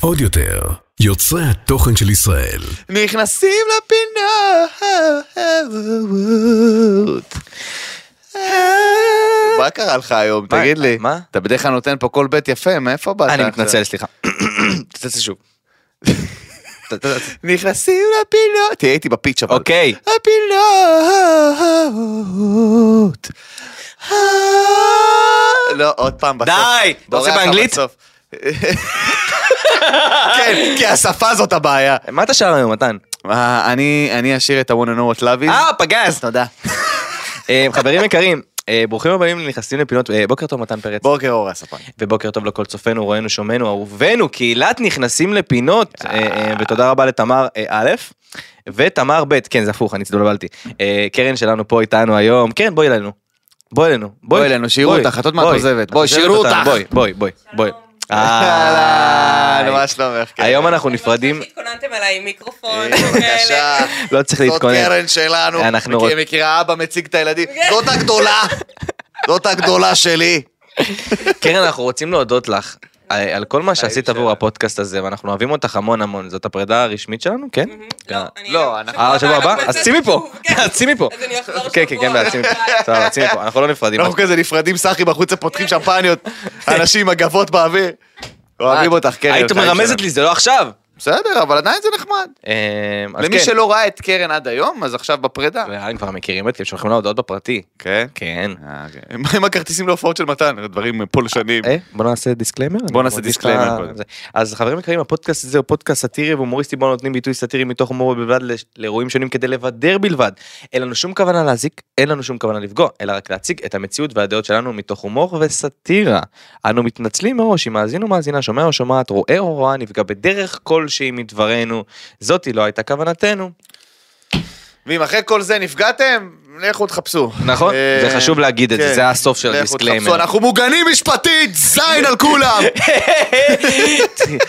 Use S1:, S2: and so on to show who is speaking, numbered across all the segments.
S1: עוד יותר, יוצרי התוכן של ישראל.
S2: נכנסים לפינות. מה קרה לך היום?
S3: מה?
S2: תגיד לי.
S3: מה?
S2: אתה בדרך כלל נותן פה כל בית יפה, מאיפה באת?
S3: אני
S2: עכשיו?
S3: מתנצל, סליחה. תצא שוב. ת- ת- ת-
S2: נכנסים לפינות. תהיה איתי בפיץ' אבל.
S3: אוקיי.
S2: הפינות. לא, עוד פעם בסוף.
S3: די! אתה
S2: בורח
S3: עושה
S2: לך
S3: באנגלית?
S2: בסוף. כן, כי השפה זאת הבעיה.
S3: מה אתה שר היום, מתן?
S2: אה, אני אני אשאיר את ה-one and know what love is.
S3: אה, פגז!
S2: תודה.
S3: אה, חברים יקרים, אה, ברוכים הבאים לנכנסים לפינות, אה, בוקר טוב מתן פרץ.
S2: בוקר אור הספן.
S3: ובוקר טוב לכל צופינו, רואינו, שומענו, אהובינו, קהילת נכנסים לפינות, אה, אה, ותודה רבה לתמר אה, א', ותמר ב', כן זה הפוך, אני התבלבלתי. אה, קרן שלנו פה איתנו היום, קרן בואי אלינו. בואי אלינו,
S2: בואי אלינו, שיראו
S3: בואי,
S2: אותך, את עוד מעט
S3: בואי,
S2: עוזבת. בואי,
S3: עוזבת
S2: שיראו
S3: אותנו,
S2: אותך.
S3: בואי, בואי, בואי, בואי.
S2: אה,
S3: אה,
S2: אהלן,
S3: היי.
S2: מה שלומך? כן.
S3: היום אנחנו
S4: אני
S3: נפרדים,
S4: ממש התכוננתם עליי עם מיקרופון.
S2: אה, בבקשה.
S3: לא צריך
S2: זאת
S3: להתכונן.
S2: קרן שלנו.
S3: אנחנו
S2: מכיר-
S3: רוצ-
S2: מכירה אבא מציג את הילדים. זאת הגדולה. זאת הגדולה שלי.
S3: קרן, אנחנו רוצים להודות לך. אה, על כל מה שעשית עבור הפודקאסט הזה, ואנחנו אוהבים אותך המון המון, זאת הפרידה הרשמית שלנו, כן?
S4: לא, אני
S2: לא,
S4: לא.
S2: אנחנו-
S3: אה, שבוע הבא?
S4: אנחנו
S3: אז
S4: נעשה
S3: צאי מפה,
S4: שוב, כן.
S3: אז צאי מפה.
S4: אז אני אחזור
S3: כן, כן,
S4: שבוע
S3: כן,
S4: הבא.
S3: בעצמי. סבבה, עצמי פה, אנחנו לא נפרדים.
S2: אנחנו כזה נפרדים סחי בחוץ, פותחים שמפניות. אנשים עם הגבות באוויר. אוהבים אותך, קרן.
S3: אה, היית
S2: חיים
S3: מרמזת
S2: שלנו.
S3: לי, זה לא עכשיו.
S2: בסדר, אבל עדיין זה נחמד.
S3: אמ, אז
S2: למי
S3: כן.
S2: שלא ראה את קרן עד היום, אז עכשיו בפרידה.
S3: ואתם כבר מכירים אותי, הם שולחים לה הודעות בפרטי.
S2: כן?
S3: כן.
S2: אה, כן. מה עם הכרטיסים להופעות של מתן? דברים פולשנים.
S3: אה, בוא נעשה דיסקליימר.
S2: בוא נעשה
S3: אני מרגיש
S2: דיסקליימר
S3: לך-
S2: קודם.
S3: זה. אז חברים יקרים, הפודקאסט הזה הוא פודקאסט סאטירי והומוריסטי בו נותנים ביטוי סאטירי מתוך הומור בלבד לש- לאירועים שונים כדי לבדר בלבד. אין לנו שום כוונה להזיק, אין לנו שום כוונה לפגוע, אלא רק להציג את המציאות והדעות שלנו מתוך הומור וסאטירה. אנו מתנצלים מראש אם מאזין או מאזינה, שומע או שומעת, רואה או רואה, נפגע בדרך כלשהי מדברנו. זאתי לא הייתה כוונתנו.
S2: ואם אחרי כל זה נפגעתם, לכו תחפשו.
S3: נכון,
S2: אה,
S3: זה חשוב להגיד את זה,
S2: כן.
S3: זה הסוף של
S2: לכו
S3: הדיסקליימר.
S2: תחפשו, אנחנו מוגנים משפטית, זין על כולם.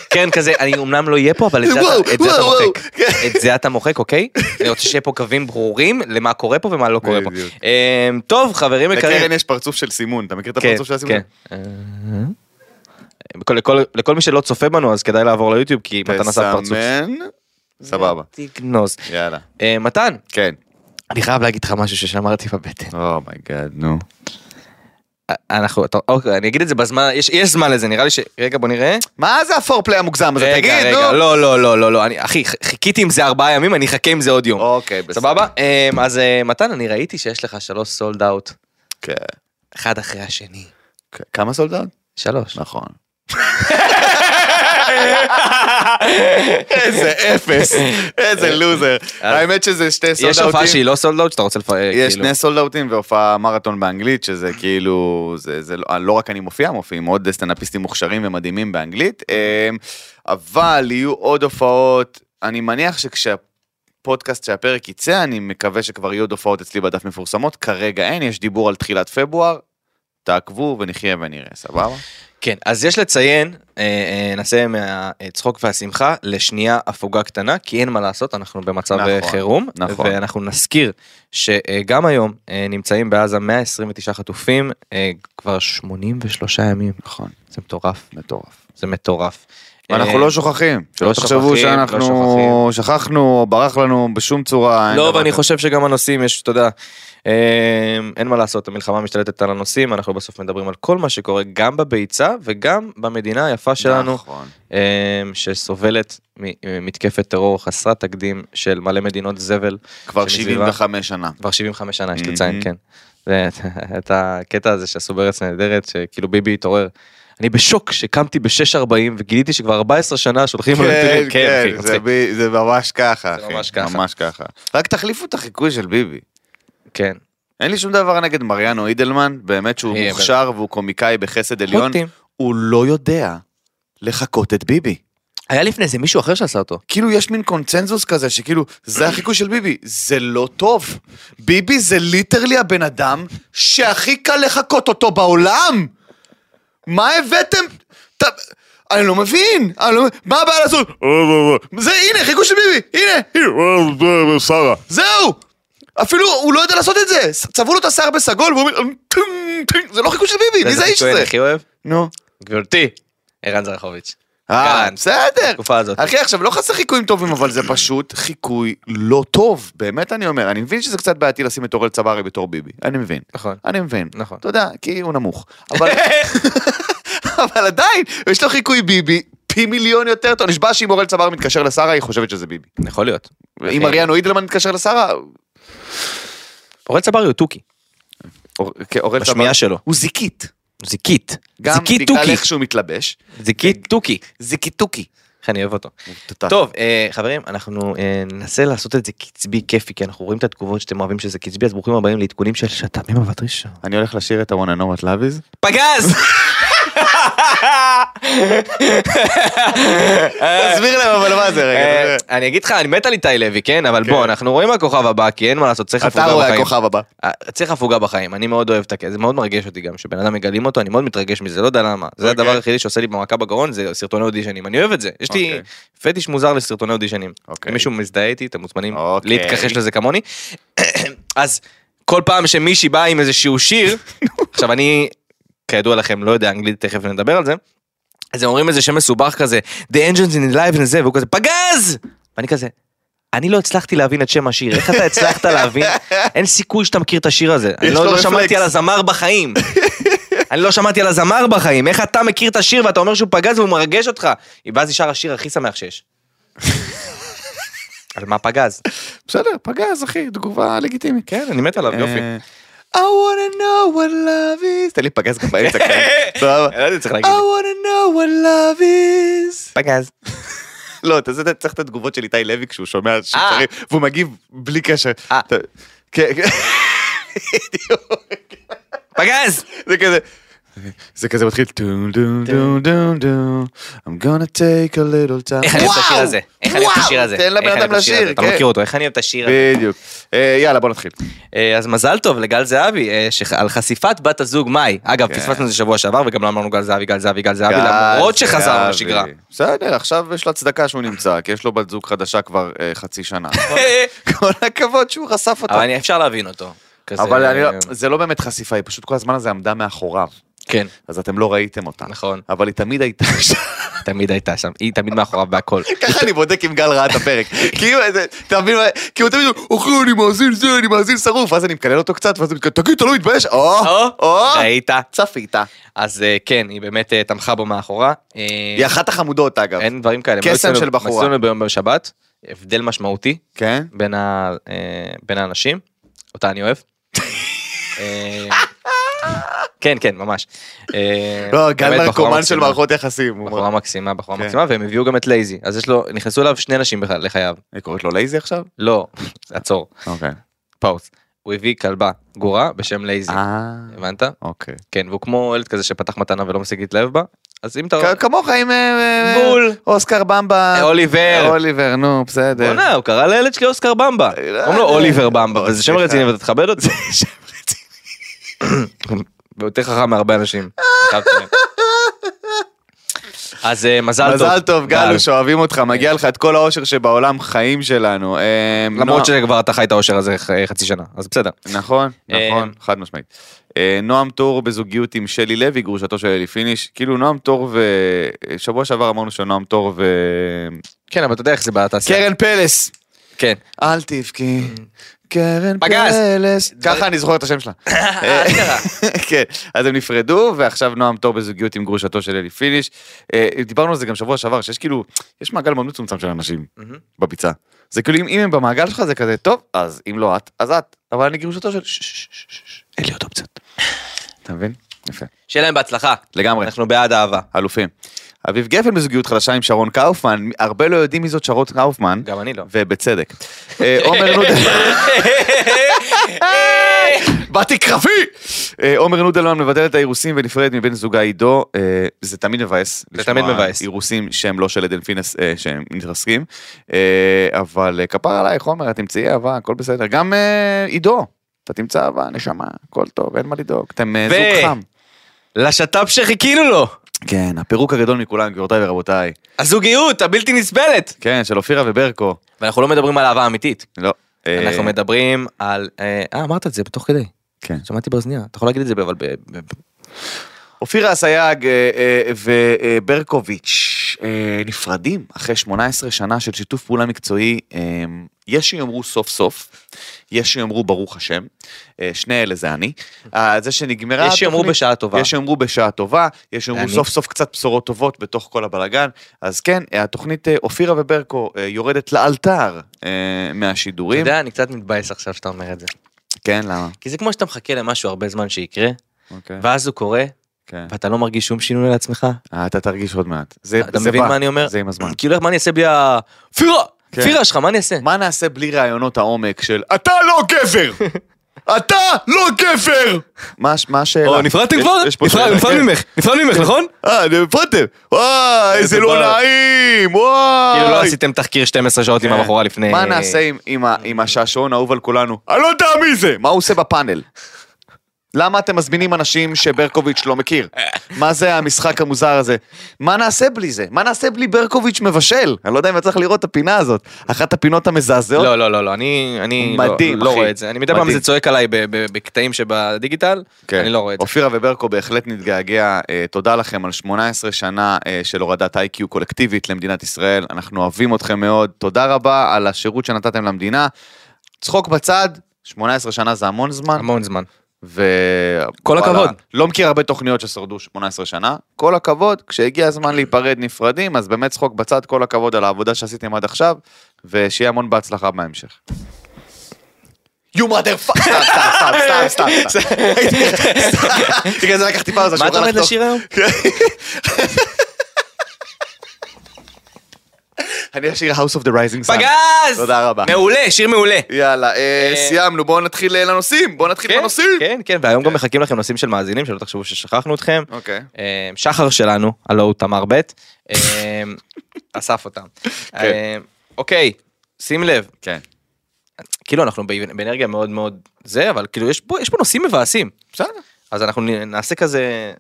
S3: כן כזה אני אמנם לא אהיה פה אבל את זה
S2: וואו,
S3: אתה- את זה אתה
S2: וואו, וואו. כן.
S3: מוחק. את זה אתה מוחק אוקיי? אני רוצה שיהיה פה קווים ברורים למה קורה פה ומה לא קורה פה.
S2: בדיוק.
S3: אמ, טוב חברים יקרים.
S2: לקרן יש פרצוף של סימון, אתה מכיר את
S3: כן,
S2: הפרצוף של הסימון?
S3: כן. לכל- לכל- לכל מי שלא צופה בנו אז כדאי לעבור ליוטיוב כי מתן עשה פרצוף.
S2: תסמן, כן. סבבה,
S3: תגנוז.
S2: יאללה.
S3: אה, מתן
S2: כן.
S3: אני חייב להגיד לך משהו ששמרתי בבטן.
S2: אומייגאד, Oh נו.
S3: אה, אנחנו אתה- אוקיי אני אגיד את זה בזמן יש יש זמן לזה נראה לי ש... רגע בוא נראה.
S2: מה זה הפורפליי המוגזם הזה?
S3: רגע,
S2: תגיד,
S3: רגע,
S2: נו.
S3: לא, לא, לא, לא, לא, אני, אחי, ח- חיכיתי עם זה ארבעה ימים, אני אחכה עם זה עוד יום.
S2: אוקיי, בסדר.
S3: סבבה? אמ, אז אה, מתן, אני ראיתי שיש לך שלוש סולד אאוט,
S2: כן.
S3: אחד אחרי השני.
S2: כן. כמה סולדן?
S3: שלוש.
S2: נכון. איזה אפס, איזה לוזר. האמת שזה שתי סולדאוטים.
S3: אה, יש הופעה שהיא לא סולד אאוט שאתה רוצה כאילו- לפרק,
S2: יש שני סולדאוטים והופעה מרתון באנגלית, שזה כאילו, זה, זה לא, לא רק אני מופיע, מופיעים עוד סטנאפיסטים מוכשרים ומדהימים באנגלית, אמ, אבל יהיו עוד הופעות, אני מניח שכשהפודקאסט שהפרק יצא, אני מקווה שכבר יהיו עוד הופעות אצלי בדף מפורסמות, כרגע אין, יש דיבור על תחילת פברואר, תעקבו ונחיה ונראה, סבבה?
S3: כן, אז יש לציין, אה, אה, נעשה מהצחוק והשמחה לשנייה הפוגה קטנה, כי אין מה לעשות, אנחנו במצב אה,
S2: נכון,
S3: חירום.
S2: נכון.
S3: ואנחנו נזכיר שגם היום אה, נמצאים בעזה 129 חטופים, אה, כבר 83 ימים.
S2: נכון,
S3: זה מטורף,
S2: מטורף.
S3: זה מטורף.
S2: אנחנו
S3: אה,
S2: לא שוכחים, שלא
S3: לא
S2: תחשבו
S3: שוכחים, לא
S2: שאנחנו שכחנו או ברח לנו בשום צורה. אין
S3: לא,
S2: דבר
S3: ואני
S2: כזה.
S3: חושב שגם הנושאים, יש, אתה יודע, אה, אין מה לעשות, המלחמה משתלטת על הנושאים, אנחנו בסוף מדברים על כל מה שקורה, גם בביצה וגם במדינה היפה שלנו,
S2: נכון.
S3: אה, שסובלת ממתקפת טרור חסרת תקדים של מלא מדינות זבל,
S2: כבר
S3: שמסביבה-
S2: 75 שנה.
S3: כבר 75 שנה, יש
S2: Mhm.
S3: לציין, כן. ואת הקטע הזה שעשו בארץ נהדרת, שכאילו ביבי התעורר. אני בשוק שקמתי ב-6.40 וגיליתי שכבר 14 שנה שולחים לנו
S2: כן,
S3: נתונים.
S2: כן,
S3: אחי,
S2: זה
S3: מצחיק.
S2: בי- זה ממש ככה,
S3: אוקיי. זה
S2: אחי.
S3: ממש ככה.
S2: ממש ככה. רק תחליפו את החיקוי של ביבי.
S3: כן.
S2: אין לי שום דבר נגד מריאנו אידלמן, באמת שהוא
S3: אה,
S2: מוכשר והוא קומיקאי בחסד עליון.
S3: פוטים.
S2: הוא לא יודע לחקות את ביבי.
S3: היה לפני זה מישהו אחר שעשה אותו.
S2: כאילו יש מין קונצנזוס כזה שכאילו זה החיקוי של ביבי, זה לא טוב. ביבי זה ליטרלי הבן אדם שהכי קל לחקות אותו בעולם. מה הבאתם? ת... אני לא מבין, אני לא... מה הבעיה לעשות? זה הנה חיקוי של ביבי, הנה, הנה, שרה. זהו! אפילו הוא לא יודע לעשות את זה, צבעו לו את השיער בסגול והוא אומר, "טם, טם", זה לא חיקוי של ביבי, מי זה האיש
S3: כהן
S2: הזה?
S3: הכי אוהב?
S2: נו.
S3: גברתי, ערן זרחוביץ'.
S2: אה,
S3: כן.
S2: בסדר.
S3: בתקופה הזאת.
S2: אחי, עכשיו, לא חסר חיקויים טובים, אבל זה פשוט חיקוי לא טוב. באמת אני אומר, אני מבין שזה קצת בעייתי לשים את אורל צברי בתור ביבי. אני מבין.
S3: נכון.
S2: אני מבין.
S3: נכון.
S2: אתה יודע, כי הוא נמוך. אבל... אבל עדיין, יש לו חיקוי ביבי. פי מיליון יותר טוב, נשבע שאם אורל צברי מתקשר לשרה, היא חושבת שזה ביבי.
S3: יכול להיות.
S2: אם אריאנו אידלמן מתקשר לשרה,
S3: אורל צברי הוא תוכי.
S2: אור- כן, אורל צברי...
S3: בשמיעה שלו.
S2: הוא זיקית.
S3: זיקית.
S2: גם
S3: זיקית
S2: בגלל
S3: תוכי.
S2: איך כן. שהוא מתלבש.
S3: זיקית תוכי.
S2: זיקיתוקי.
S3: איך אני אוהב אותו. טוב אה, חברים אנחנו אה, ננסה לעשות את זה קצבי כיפי כי אנחנו רואים את התגובות שאתם אוהבים שזה קצבי אז ברוכים הבאים לעדכונים של שת"פ ממבט ראשון.
S2: אני הולך לשיר את ה-one and know what love is.
S3: פגז!
S2: תסביר להם אבל מה זה
S3: אה,
S2: רגע.
S3: אני אגיד לך אני מת על איתי לוי כן אבל
S2: כן.
S3: בוא אנחנו רואים הכוכב הבא כי אין מה לעשות צריך
S2: אתה
S3: הפוגה
S2: רואה
S3: בחיים.
S2: הכוכב הבא.
S3: אה, צריך הפוגה בחיים אני מאוד אוהב את הקטע זה מאוד מרגש אותי גם שבן אדם מגלים אותו אני מאוד מתרגש מזה לא יודע למה זה
S2: אוקיי.
S3: הדבר היחידי שעושה לי במכה בגרון זה סרטוני אודישנים אני אוהב את זה יש לי
S2: אוקיי.
S3: פטיש מוזר לסרטוני אודישנים
S2: אוקיי.
S3: אם מישהו מזדהה איתי אתם מוזמנים
S2: אוקיי.
S3: להתכחש לזה כמוני אז כל פעם שמישהי באה עם איזשהו שיר עכשיו אני כידוע לכם לא יודע אנגלית תכף נדבר על זה. אז הם אומרים איזה שם מסובך כזה The engines in the life וזה והוא כזה פגז ואני כזה אני לא הצלחתי להבין את שם השיר, איך אתה הצלחת להבין? אין סיכוי שאתה מכיר את השיר הזה. אני
S2: יש
S3: לא
S2: לו
S3: לא שמעתי
S2: רפלקס.
S3: על הזמר בחיים. אני לא שמעתי על הזמר בחיים, איך אתה מכיר את השיר ואתה אומר שהוא פגז והוא מרגש אותך? ואז נשאר השיר הכי שמח שיש. על מה פגז?
S2: בסדר, פגז אחי, תגובה לגיטימית.
S3: כן, אני מת עליו, יופי.
S2: אה, I wanna know what love is. תן לי פגז גם באמצע כן. סבבה.
S3: לא הייתי צריך
S2: I
S3: להגיד.
S2: wanna know what love is.
S3: פגז.
S2: לא, אתה זה- אתה צריך את התגובות של איתי לוי כשהוא שומע שצריך, והוא מגיב בלי קשר.
S3: אה.
S2: אתה- כן, כן.
S3: פגז!
S2: זה כזה. זה כזה מתחיל טום טום טום טום טום I'm gonna take a little time.
S3: איך אני אוהב את השיר
S2: וואו!
S3: הזה? איך אני אוהב את השיר הזה?
S2: תן
S3: איך אני
S2: לבן
S3: אוהב
S2: אדם
S3: את השיר הזה?
S2: לשיר,
S3: אתה
S2: כן.
S3: מכיר אותו, איך אני אוהב את השיר הזה?
S2: בדיוק. אה, יאללה בוא נתחיל.
S3: אה, אז מזל טוב לגל זהבי אה, שח- על חשיפת בת הזוג מאי. אגב,
S2: כן.
S3: פספסנו את זה שבוע שעבר וגם לא אמרנו גל זהבי, גל זהבי, גל זהבי,
S2: גל
S3: למרות
S2: זהבי.
S3: שחזרנו לשגרה.
S2: בסדר, עכשיו יש לו הצדקה שהוא נמצא, כי יש לו בת זוג חדשה כבר אה, חצי שנה. כל הכבוד שהוא חשף אותה.
S3: אבל אני- אפשר להבין אותו. כזה-
S2: אבל אני לא- זה לא באמת חשיפה, היא פשוט כל הזמן הזה עמדה מאחוריו,
S3: כן,
S2: אז אתם לא ראיתם אותה.
S3: נכון.
S2: אבל היא תמיד הייתה שם.
S3: תמיד הייתה שם, היא תמיד מאחוריו בהכל.
S2: ככה אני בודק אם גל ראה את הפרק. כאילו, זה- כאילו, אתה מבין, מה- כי הוא תמיד אומר, אחי, "אוקיי, אני מאזין זה, אני מאזין שרוף, ואז אני מקלל אותו קצת, ואז הוא מתקלל, תגיד, אתה לא מתבייש? או, או,
S3: ראית?
S2: צפית.
S3: אז אה, כן, היא באמת אה, תמכה בו מאחורה. אה,
S2: היא אחת החמודות, אגב.
S3: אין דברים כאלה. לא
S2: קסם
S3: מצאנו-
S2: של בחורה.
S3: מצאנו ביום בשבת, הבדל משמעותי
S2: כן?
S3: בין ה- אה, בין האנשים, אותה אני אוהב. אה, כן, כן, ממש. אה,
S2: לא, גל
S3: באמת בחורה
S2: נרקומן של
S3: מקסימה.
S2: מערכות יחסים. הוא
S3: בחורה מקסימה, בחורה
S2: כן.
S3: מקסימה, והם הביאו גם את לייזי. אז יש לו, נכנסו אליו שני נשים בכלל לחייו.
S2: אומר, קוראת לו לייזי עכשיו?
S3: לא, עצור,
S2: אוקיי.
S3: פאוס. הוא הביא כלבה, גורה, בשם לייזי.
S2: אה,
S3: הבנת?
S2: אוקיי.
S3: כן, והוא כמו ילד כזה שפתח מתנה ולא מפסיק להתלהב בה. אז אם אתה...
S2: כ- כמוך עם אה, אה,
S3: בול.
S2: אוסקר במבה.
S3: אה, אוליבר.
S2: אוליבר, נו, בסדר.
S3: בוא'נה, הוא קרא לילד שלי אוסקר במבה.
S2: אה,
S3: קוראים לו
S2: אה,
S3: אוליבר במבה,
S2: אה,
S3: וזה שם
S2: סליחה.
S3: רציני ואתה תכבד אותי. הוא יותר חכם מהרבה אנשים. חייב לציין. אז אה, מזל טוב.
S2: מזל טוב, גלוש, אוהבים אותך, מגיע לך את כל האושר שבעולם, חיים שלנו. אה, נוע-
S3: למרות שכבר אתה חי את האושר הזה ח- אה, חצי שנה, אז בסדר.
S2: נכון,
S3: אה,
S2: נכון, חד משמעית. אה, נועם טור בזוגיות עם שלי לוי, גרושתו של אלי פיניש. כאילו, נועם טור ו... שבוע שעבר אמרנו שנועם טור ו...
S3: כן, אבל אתה יודע איך זה בתעשייה.
S2: קרן פלס.
S3: כן.
S2: אל תבכי, קרן
S3: פגז.
S2: פלס. ככה אני זוכר את השם שלה. כן, אז הם נפרדו, ועכשיו נועם טור בזוגיות עם גרושתו של אלי פיניש. אה, דיברנו על זה גם שבוע שעבר, שיש כאילו, יש מעגל מאוד מצומצם של אנשים בביצה. זה כאילו, אם- אם הם במעגל שלך זה כזה, טוב, אז אם לא את, אז את. אבל אני גרושתו של... ש- ש- ש- ש- ש-
S3: אין לי עוד אופציות.
S2: אתה מבין? יפה.
S3: שיהיה להם בהצלחה.
S2: לגמרי.
S3: אנחנו בעד אהבה.
S2: אלופים. אביב גפן בזוגיות חדשה עם שרון קאופמן, הרבה לא יודעים מי זאת שרון קאופמן.
S3: גם אני לא.
S2: ובצדק. אה, עומר נודלמן, באתי קרבי! אה, עומר נודלמן מבטל את האירוסים ונפרד מבן זוגה עידו, אה, זה תמיד מבאס.
S3: זה
S2: לשמוע
S3: תמיד מבאס.
S2: אירוסים שהם לא של עדן פינס, אה, שהם מתרסקים, אה, אבל אה, כפר עלייך עומר, את תמצאי אהבה, הכל בסדר. גם אה, עידו, אתה תמצא אהבה, נשמה, הכל טוב, אין מה לדאוג, אתם אה,
S3: ו-
S2: זוג חם.
S3: לשת"פ שחיכינו לו.
S2: כן, הפירוק הגדול מכולם, גבירותיי ורבותיי.
S3: הזוגיות הבלתי נסבלת.
S2: כן, של אופירה וברקו.
S3: ואנחנו לא מדברים על אהבה אמיתית.
S2: לא. אה,
S3: אנחנו מדברים על... אה, אה, אמרת את זה בתוך כדי.
S2: כן.
S3: שמעתי באוזניה. אתה יכול להגיד את זה אבל ב... ב- ב-
S2: אופירה אסייג אה, אה, וברקוביץ' אה, נפרדים אחרי 18 שנה של שיתוף פעולה מקצועי, אה, יש שיאמרו סוף סוף, יש שיאמרו ברוך השם, אה, שני אלה זה אני. אה, זה שנגמרה
S5: יש שיאמרו
S2: התוכנית-
S5: בשעה טובה.
S2: יש שאומרו בשעה טובה, יש שאומרו
S5: אני.
S2: סוף סוף קצת בשורות טובות בתוך כל הבלגן. אז כן, התוכנית אה, אופירה וברקו אה, יורדת לאלתר אה,
S5: אתה
S2: מהשידורים.
S5: יודע, אני קצת מתבאס עכשיו שאתה אומר את זה.
S2: כן, למה?
S5: כי זה כמו שאתה מחכה למשהו הרבה זמן שיקרה,
S2: אוקיי.
S5: ואז הוא קורה,
S2: כן.
S5: ואתה לא מרגיש שום שינוי על עצמך.
S2: אה, אתה תרגיש עוד מעט. זה
S5: אתה
S2: זה
S5: מבין
S2: בא,
S5: מה אני אומר?
S2: זה עם הזמן.
S5: כאילו, איך- מה אני אעשה בלי ה... פירה!
S2: כן.
S5: פירה שלך, מה אני אעשה?
S2: מה נעשה בלי רעיונות העומק של אתה לא גבר! אתה לא גבר! מה הש- מה השאלה?
S3: או, נפרדתם
S2: יש-
S3: כבר?
S2: יש פה
S3: נפרד-
S2: שאלה,
S3: נפרד
S2: כן.
S3: ממך, נפרד ממך, נכון?
S2: אה, נפרדתם. וואי, איזה לא
S3: בר.
S2: נעים! וואי!
S3: כאילו לא עשיתם תחקיר 12 שעות עם הבחורה לפני...
S2: אה, כן. מה נעשה עם- עם ה- עם השעשועון האהוב על כולנו? אני לא יודע מי זה! מה הוא עושה בפאנל? למה אתם מזמינים אנשים שברקוביץ' לא מכיר? מה זה המשחק המוזר הזה? מה נעשה בלי זה? מה נעשה בלי ברקוביץ' מבשל? אני לא יודע אם אתה צריך לראות את הפינה הזאת. אחת הפינות המזעזעות.
S3: לא, לא, לא, לא, אני, אני לא-
S2: מדהים,
S3: לא
S2: אחי.
S3: רואה את זה. אני מדי פעם
S2: מדהים.
S3: זה צועק עליי ב- ב- בקטעים שבדיגיטל, אני לא רואה את זה.
S2: כן. אופירה וברקו בהחלט נתגעגע. אה, תודה לכם על 18 שנה אה, של הורדת איי-קיו קולקטיבית למדינת ישראל. אנחנו אוהבים אתכם מאוד. תודה רבה על השירות שנתתם למדינה. צחוק בצד, 18 שנה זה המון זמן.
S3: המון זמן.
S2: ו...
S3: כל
S2: וואלה,
S3: הכבוד.
S2: לא מכיר הרבה תוכניות ששרדו 18 שנה. כל הכבוד, כשהגיע הזמן להיפרד נפרדים, אז באמת צחוק בצד, כל הכבוד על העבודה שעשיתם עד עכשיו, ושיהיה המון בהצלחה בהמשך. You mother fuck, סתם, סתם, סתם, סתם, סתם. בגלל זה לקחתי פאוזה,
S5: מה אתה עומד לשיר היום?
S2: אני אשאיר House of the Rising Sun.
S3: פגז!
S2: תודה רבה.
S3: מעולה, שיר מעולה.
S2: יאללה, אה, סיימנו, בואו נתחיל אה, לנושאים, בואו נתחיל
S3: כן,
S2: בנושאים.
S3: כן, כן, והיום גם מחכים לכם נושאים של מאזינים, שלא תחשבו ששכחנו אתכם.
S2: אוקיי.
S3: אה, שחר שלנו, הלו הוא תמר ב', אה, אסף אותם. אה, אוקיי, שים לב,
S2: כן.
S3: כאילו אנחנו באנ- באנרגיה מאוד מאוד זה, אבל כאילו יש פה יש פה נושאים מבאסים.
S2: בסדר.
S3: אז אנחנו נ- נעשה כזה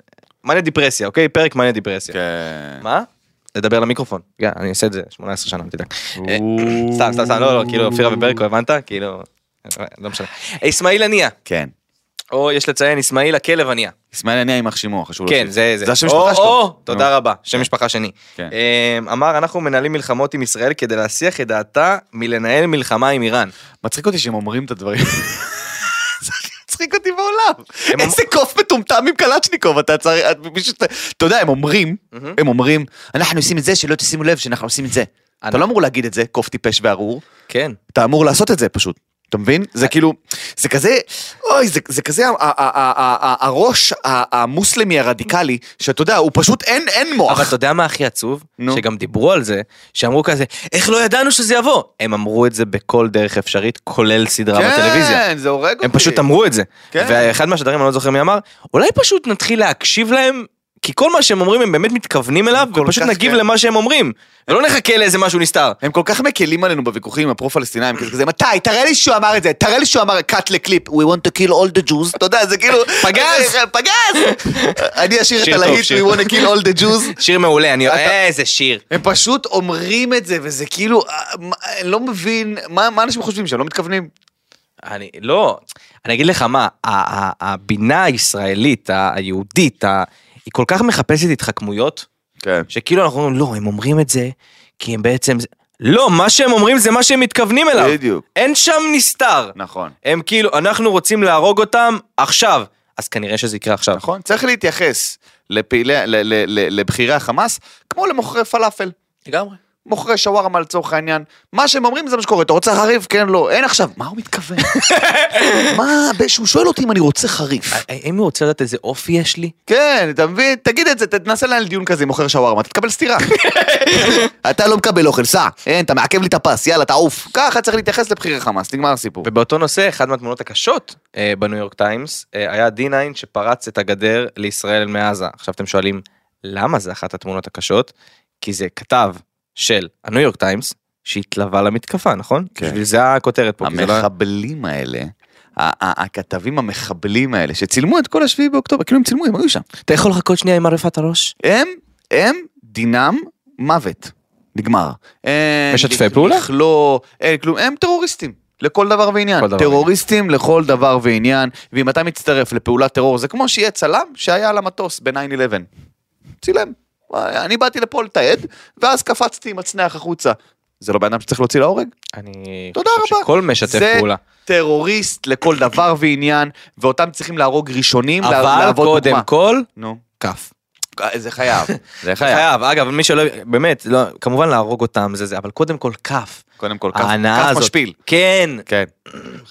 S3: מניה דיפרסיה, אוקיי? פרק מניה דיפרסיה.
S2: כן.
S3: מה? לדבר למיקרופון. יא, אני אעשה את זה 18 שנה, אל תדאג. אה, סתם, סתם, סתם, לא, לא, כאילו אופירה וברקו, הבנת? כאילו, לא משנה. אסמאעיל הנייה,
S2: כן.
S3: או יש לציין, אסמאעיל הכלב הנייה.
S2: אסמאעיל הנייה יימח שמו, חשוב
S3: כן, זה זה.
S2: זה השם
S3: או,
S2: משפחה שלו. אה.
S3: או, תודה
S2: נו.
S3: רבה, שם משפחה שני.
S2: כן.
S3: אמ, אמר, אנחנו מנהלים מלחמות עם ישראל כדי להסיח את דעתה מלנהל מלחמה עם איראן.
S2: מצחיק אותי שהם אומרים את הדברים. זה הכי מצחיק אותי בעולם.
S3: הם
S2: איזה קוף מטומטם עם קלצ'ניקוב, אתה צריך, את- מישהו שאתה- אתה יודע, הם אומרים, הם אומרים, אנחנו עושים את זה, שלא תשימו לב שאנחנו עושים את זה. אתה לא אמור להגיד את זה, קוף טיפש וארור,
S3: כן.
S2: אתה אמור לעשות את זה פשוט. אתה מבין? זה כאילו, זה כזה, אוי, זה, זה כזה ה- ה- ה- ה- ה- הראש ה- המוסלמי הרדיקלי, שאתה יודע, הוא פשוט אין, אין מוח.
S3: אבל אתה יודע מה הכי עצוב?
S2: נו.
S3: שגם דיברו על זה, שאמרו כזה, איך לא ידענו שזה יבוא? הם אמרו את זה בכל דרך אפשרית, כולל סדרה בטלוויזיה.
S2: כן, זה הורג אותי.
S3: הם פשוט אמרו את זה.
S2: כן.
S3: ואחד מהשדרים, אני לא זוכר מי אמר, אולי פשוט נתחיל להקשיב להם, כי כל מה שהם אומרים הם באמת מתכוונים אליו,
S2: כל
S3: ופשוט
S2: כך
S3: נגיב
S2: כן.
S3: למה שהם אומרים. ולא נחכה לאיזה משהו נסתר.
S2: הם כל כך מקלים עלינו בוויכוחים עם הפרו-פלסטינאים, כי זה כזה, מתי? תראה לי שהוא אמר את זה, תראה לי שהוא אמר cut לקליפ, we want to kill all the Jews, אתה יודע, זה כאילו,
S3: פגז!
S2: פגז! אני אשאיר את
S3: שיר טוב,
S2: הלהיט,
S3: שיר
S2: we want to kill all the Jews.
S3: שיר מעולה, אני...
S2: אתה-
S3: איזה שיר.
S2: הם פשוט אומרים את זה, וזה כאילו, אה, מה- אני לא מבין, מה מה אנשים חושבים שהם לא מתכוונים?
S3: אני לא, אני אגיד לך מה, ה- ה- הבינה הישראלית, ה- היהודית, ה- היא כל כך מחפשת התחכמויות,
S2: כן.
S3: שכאילו אנחנו אומרים, לא, הם אומרים את זה, כי הם בעצם... זה-" לא, מה שהם אומרים זה מה שהם מתכוונים אליו.
S2: בדיוק.
S3: אין שם נסתר.
S2: נכון.
S3: הם כאילו, אנחנו רוצים להרוג אותם עכשיו. אז כנראה שזה יקרה עכשיו.
S2: נכון? צריך להתייחס לפעילי, ל- ל- ל- לבכירי החמאס, כמו למוכרי פלאפל.
S3: לגמרי.
S2: מוכרי שווארמה לצורך העניין, מה שהם אומרים זה מה שקורה, אתה רוצה חריף? כן, לא, אין עכשיו, מה הוא מתכוון? מה, שהוא שואל אותי אם אני רוצה חריף.
S3: האם הוא אה, רוצה לדעת איזה אופי יש לי?
S2: כן, אתה מבין? תגיד את זה, ת- תנסה לנהל דיון כזה עם מוכר שווארמה, אתה תקבל סטירה. אתה לא מקבל אוכל, סע, אין, אתה מעכב לי את הפס, יאללה, תעוף. ככה צריך להתייחס לבכירי חמאס, נגמר הסיפור.
S3: ובאותו נושא, אחת מהתמונות הקשות אה, בניו יורק טיימס, אה, היה D9 שפרץ את הגדר לישראל מעזה. עכשיו אתם שואלים, למה זה אחת התמונות הקשות? כי זה כתב של הניו יורק טיימס, שהתלווה למתקפה, נכון?
S2: כן.
S3: כן. בשביל זה הכותרת פה. כי זה לא-
S2: המחבלים האלה, ה- ה- הכתבים המחבלים האלה, שצילמו את כל השביעי באוקטובר, כאילו הם צילמו, הם היו שם.
S3: אתה יכול לחכות שנייה עם ערפת הראש?
S2: הם, הם, דינם, מוות. נגמר. אין
S3: משתפי
S2: לכלוך,
S3: פעולה?
S2: לכלוא, אין כלום, הם טרוריסטים. לכל דבר ועניין.
S3: כל דבר
S2: טרוריסטים לכל דבר ועניין, ואם אתה מצטרף לפעולת טרור, זה כמו שיהיה צלם שהיה על המטוס ב-9-11. צילם. אני באתי לפה לתעד, ואז קפצתי עם הצנח החוצה. זה לא בן אדם שצריך להוציא להורג?
S3: אני
S2: תודה
S3: חושב
S2: רבה.
S3: שכל משתף
S2: זה
S3: פעולה.
S2: טרוריסט לכל דבר ועניין, ואותם צריכים להרוג ראשונים, לה-
S3: אבל
S2: להוות
S3: קודם
S2: דוגמה.
S3: כל,
S2: נו, אה,
S3: כף.
S2: זה חייב. זה חייב.
S3: חייב, אגב, מי שלא, באמת, לא, כמובן להרוג אותם זה זה, אבל קודם כל כף.
S2: קודם כל, כף-
S3: ההנאה
S2: כף
S3: הזאת.
S2: משפיל.
S3: כן.
S2: כן.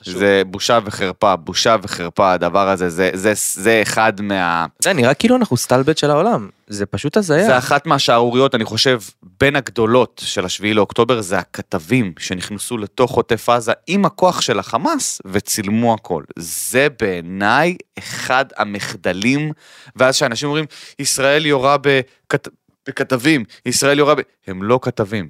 S2: זה בושה וחרפה, בושה וחרפה הדבר הזה, זה, זה, זה אחד מה...
S3: זה נראה כאילו אנחנו סטלבט של העולם. זה פשוט
S2: זה
S3: הזיה.
S2: אחת מהשערוריות, אני חושב, בין הגדולות של השביעי לאוקטובר, זה הכתבים שנכנסו לתוך עוטף עזה עם הכוח של החמאס וצילמו הכל. זה בעיניי אחד המחדלים, ואז שאנשים אומרים, ישראל יורה בכת... בכתבים, ישראל יורה ב... הם לא כתבים.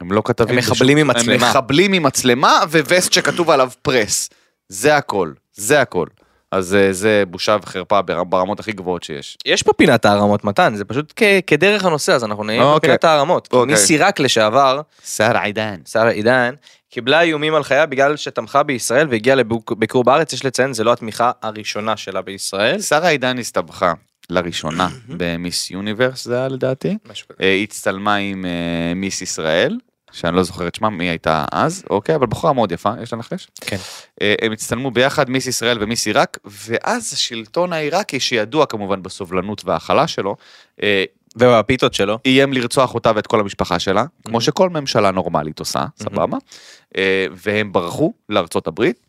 S2: הם לא כתבים.
S3: הם מחבלים עם
S2: הם
S3: מצלמה.
S2: מחבלים עם מצלמה וווסט שכתוב עליו פרס. זה הכל, זה הכל. אז אה, זה בושה וחרפה בר- ברמות הכי גבוהות שיש.
S3: יש פה פינת הערמות מתן, זה פשוט כ- כדרך הנושא, אז אנחנו נהיה
S2: אוקיי.
S3: בפינת הערמות. כי
S2: אוקיי.
S3: ניסי רק לשעבר,
S2: שר עידן.
S3: שרה עידן, קיבלה איומים על חייה בגלל שתמכה בישראל והגיעה לביקור בארץ, יש לציין, זה לא התמיכה הראשונה שלה בישראל.
S2: שרה עידן הסתבכה לראשונה במיס יוניברס, זה היה לדעתי.
S3: משהו כזה.
S2: אה, היא הצטלמה עם אה, מיס ישראל, שאני לא זוכר את שמה, מי הייתה אז, אוקיי, אבל בחורה מאוד יפה, יש לה נחש?
S3: כן.
S2: אה, הם הצטלמו ביחד, מיס ישראל ומיס עיראק, ואז השלטון העיראקי, שידוע כמובן בסובלנות וההכלה שלו, אה,
S3: והפיתות שלו.
S2: איים לרצוח אותה ואת כל המשפחה שלה, כמו שכל ממשלה נורמלית עושה, סבבה? אה, והם ברחו לארצות הברית,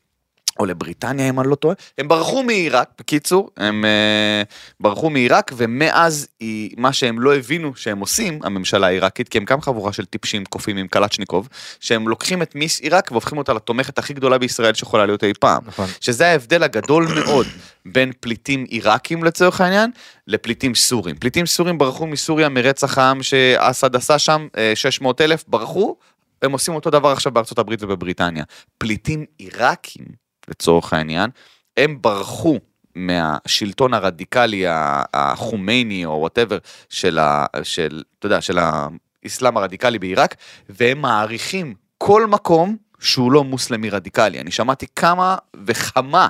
S2: או לבריטניה אם אני לא טועה, הם ברחו מעיראק, בקיצור, הם אה, ברחו מעיראק, ומאז היא, מה שהם לא הבינו שהם עושים, הממשלה העיראקית, כי הם גם חבורה של טיפשים קופים עם קלצ'ניקוב, שהם לוקחים את מיס עיראק והופכים אותה לתומכת הכי גדולה בישראל שיכולה להיות אי פעם.
S3: נכון.
S2: שזה ההבדל הגדול מאוד בין פליטים עיראקים לצורך העניין, לפליטים סורים. פליטים סורים ברחו מסוריה מרצח העם שאסד עשה שם, אה, 600 אלף, ברחו, הם עושים אותו דבר עכשיו בארצות הברית ובבריטניה. פליטים עיראקים, לצורך העניין, הם ברחו מהשלטון הרדיקלי ה- החומייני או וואטאבר של, ה- של, אתה יודע, של האסלאם הרדיקלי בעיראק, והם מעריכים כל מקום שהוא לא מוסלמי רדיקלי. אני שמעתי כמה וכמה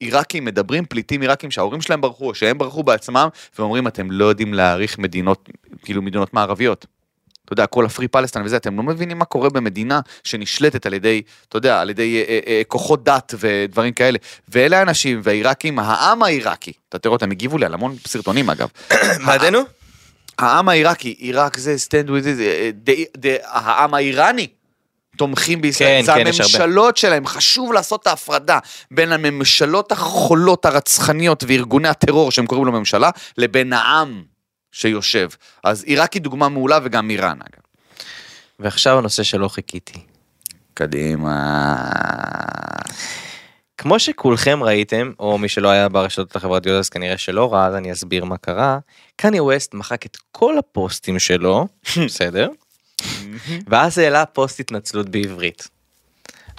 S2: עיראקים מדברים, פליטים עיראקים שההורים שלהם ברחו או שהם ברחו בעצמם, ואומרים אתם לא יודעים להעריך מדינות, כאילו מדינות מערביות. אתה יודע, כל הפרי פלסטיין וזה, אתם לא מבינים מה קורה במדינה שנשלטת על ידי, אתה יודע, על ידי אה, אה, אה, כוחות דת ודברים כאלה. ואלה האנשים, והעיראקים, העם העיראקי, אתה תראה אותם, הגיבו לי על המון סרטונים אגב.
S3: בעדנו?
S2: העם העיראקי, עיראק זה, stand with it, אה, the- the- העם האיראני. תומכים בישראל,
S3: כן,
S2: זה
S3: כן, יש הרבה.
S2: הממשלות שלהם, חשוב לעשות את ההפרדה בין הממשלות החולות הרצחניות וארגוני הטרור שהם קוראים לו ממשלה, לבין העם שיושב. אז עיראק היא דוגמה מעולה וגם איראן אגב.
S3: ועכשיו הנושא שלא חיכיתי.
S2: קדימה.
S3: כמו שכולכם ראיתם, או מי שלא היה ברשתות החברתיות אז כנראה שלא ראה, אז אני אסביר מה קרה. קניה ווסט מחק את כל הפוסטים שלו, בסדר? ואז העלה פוסט התנצלות בעברית.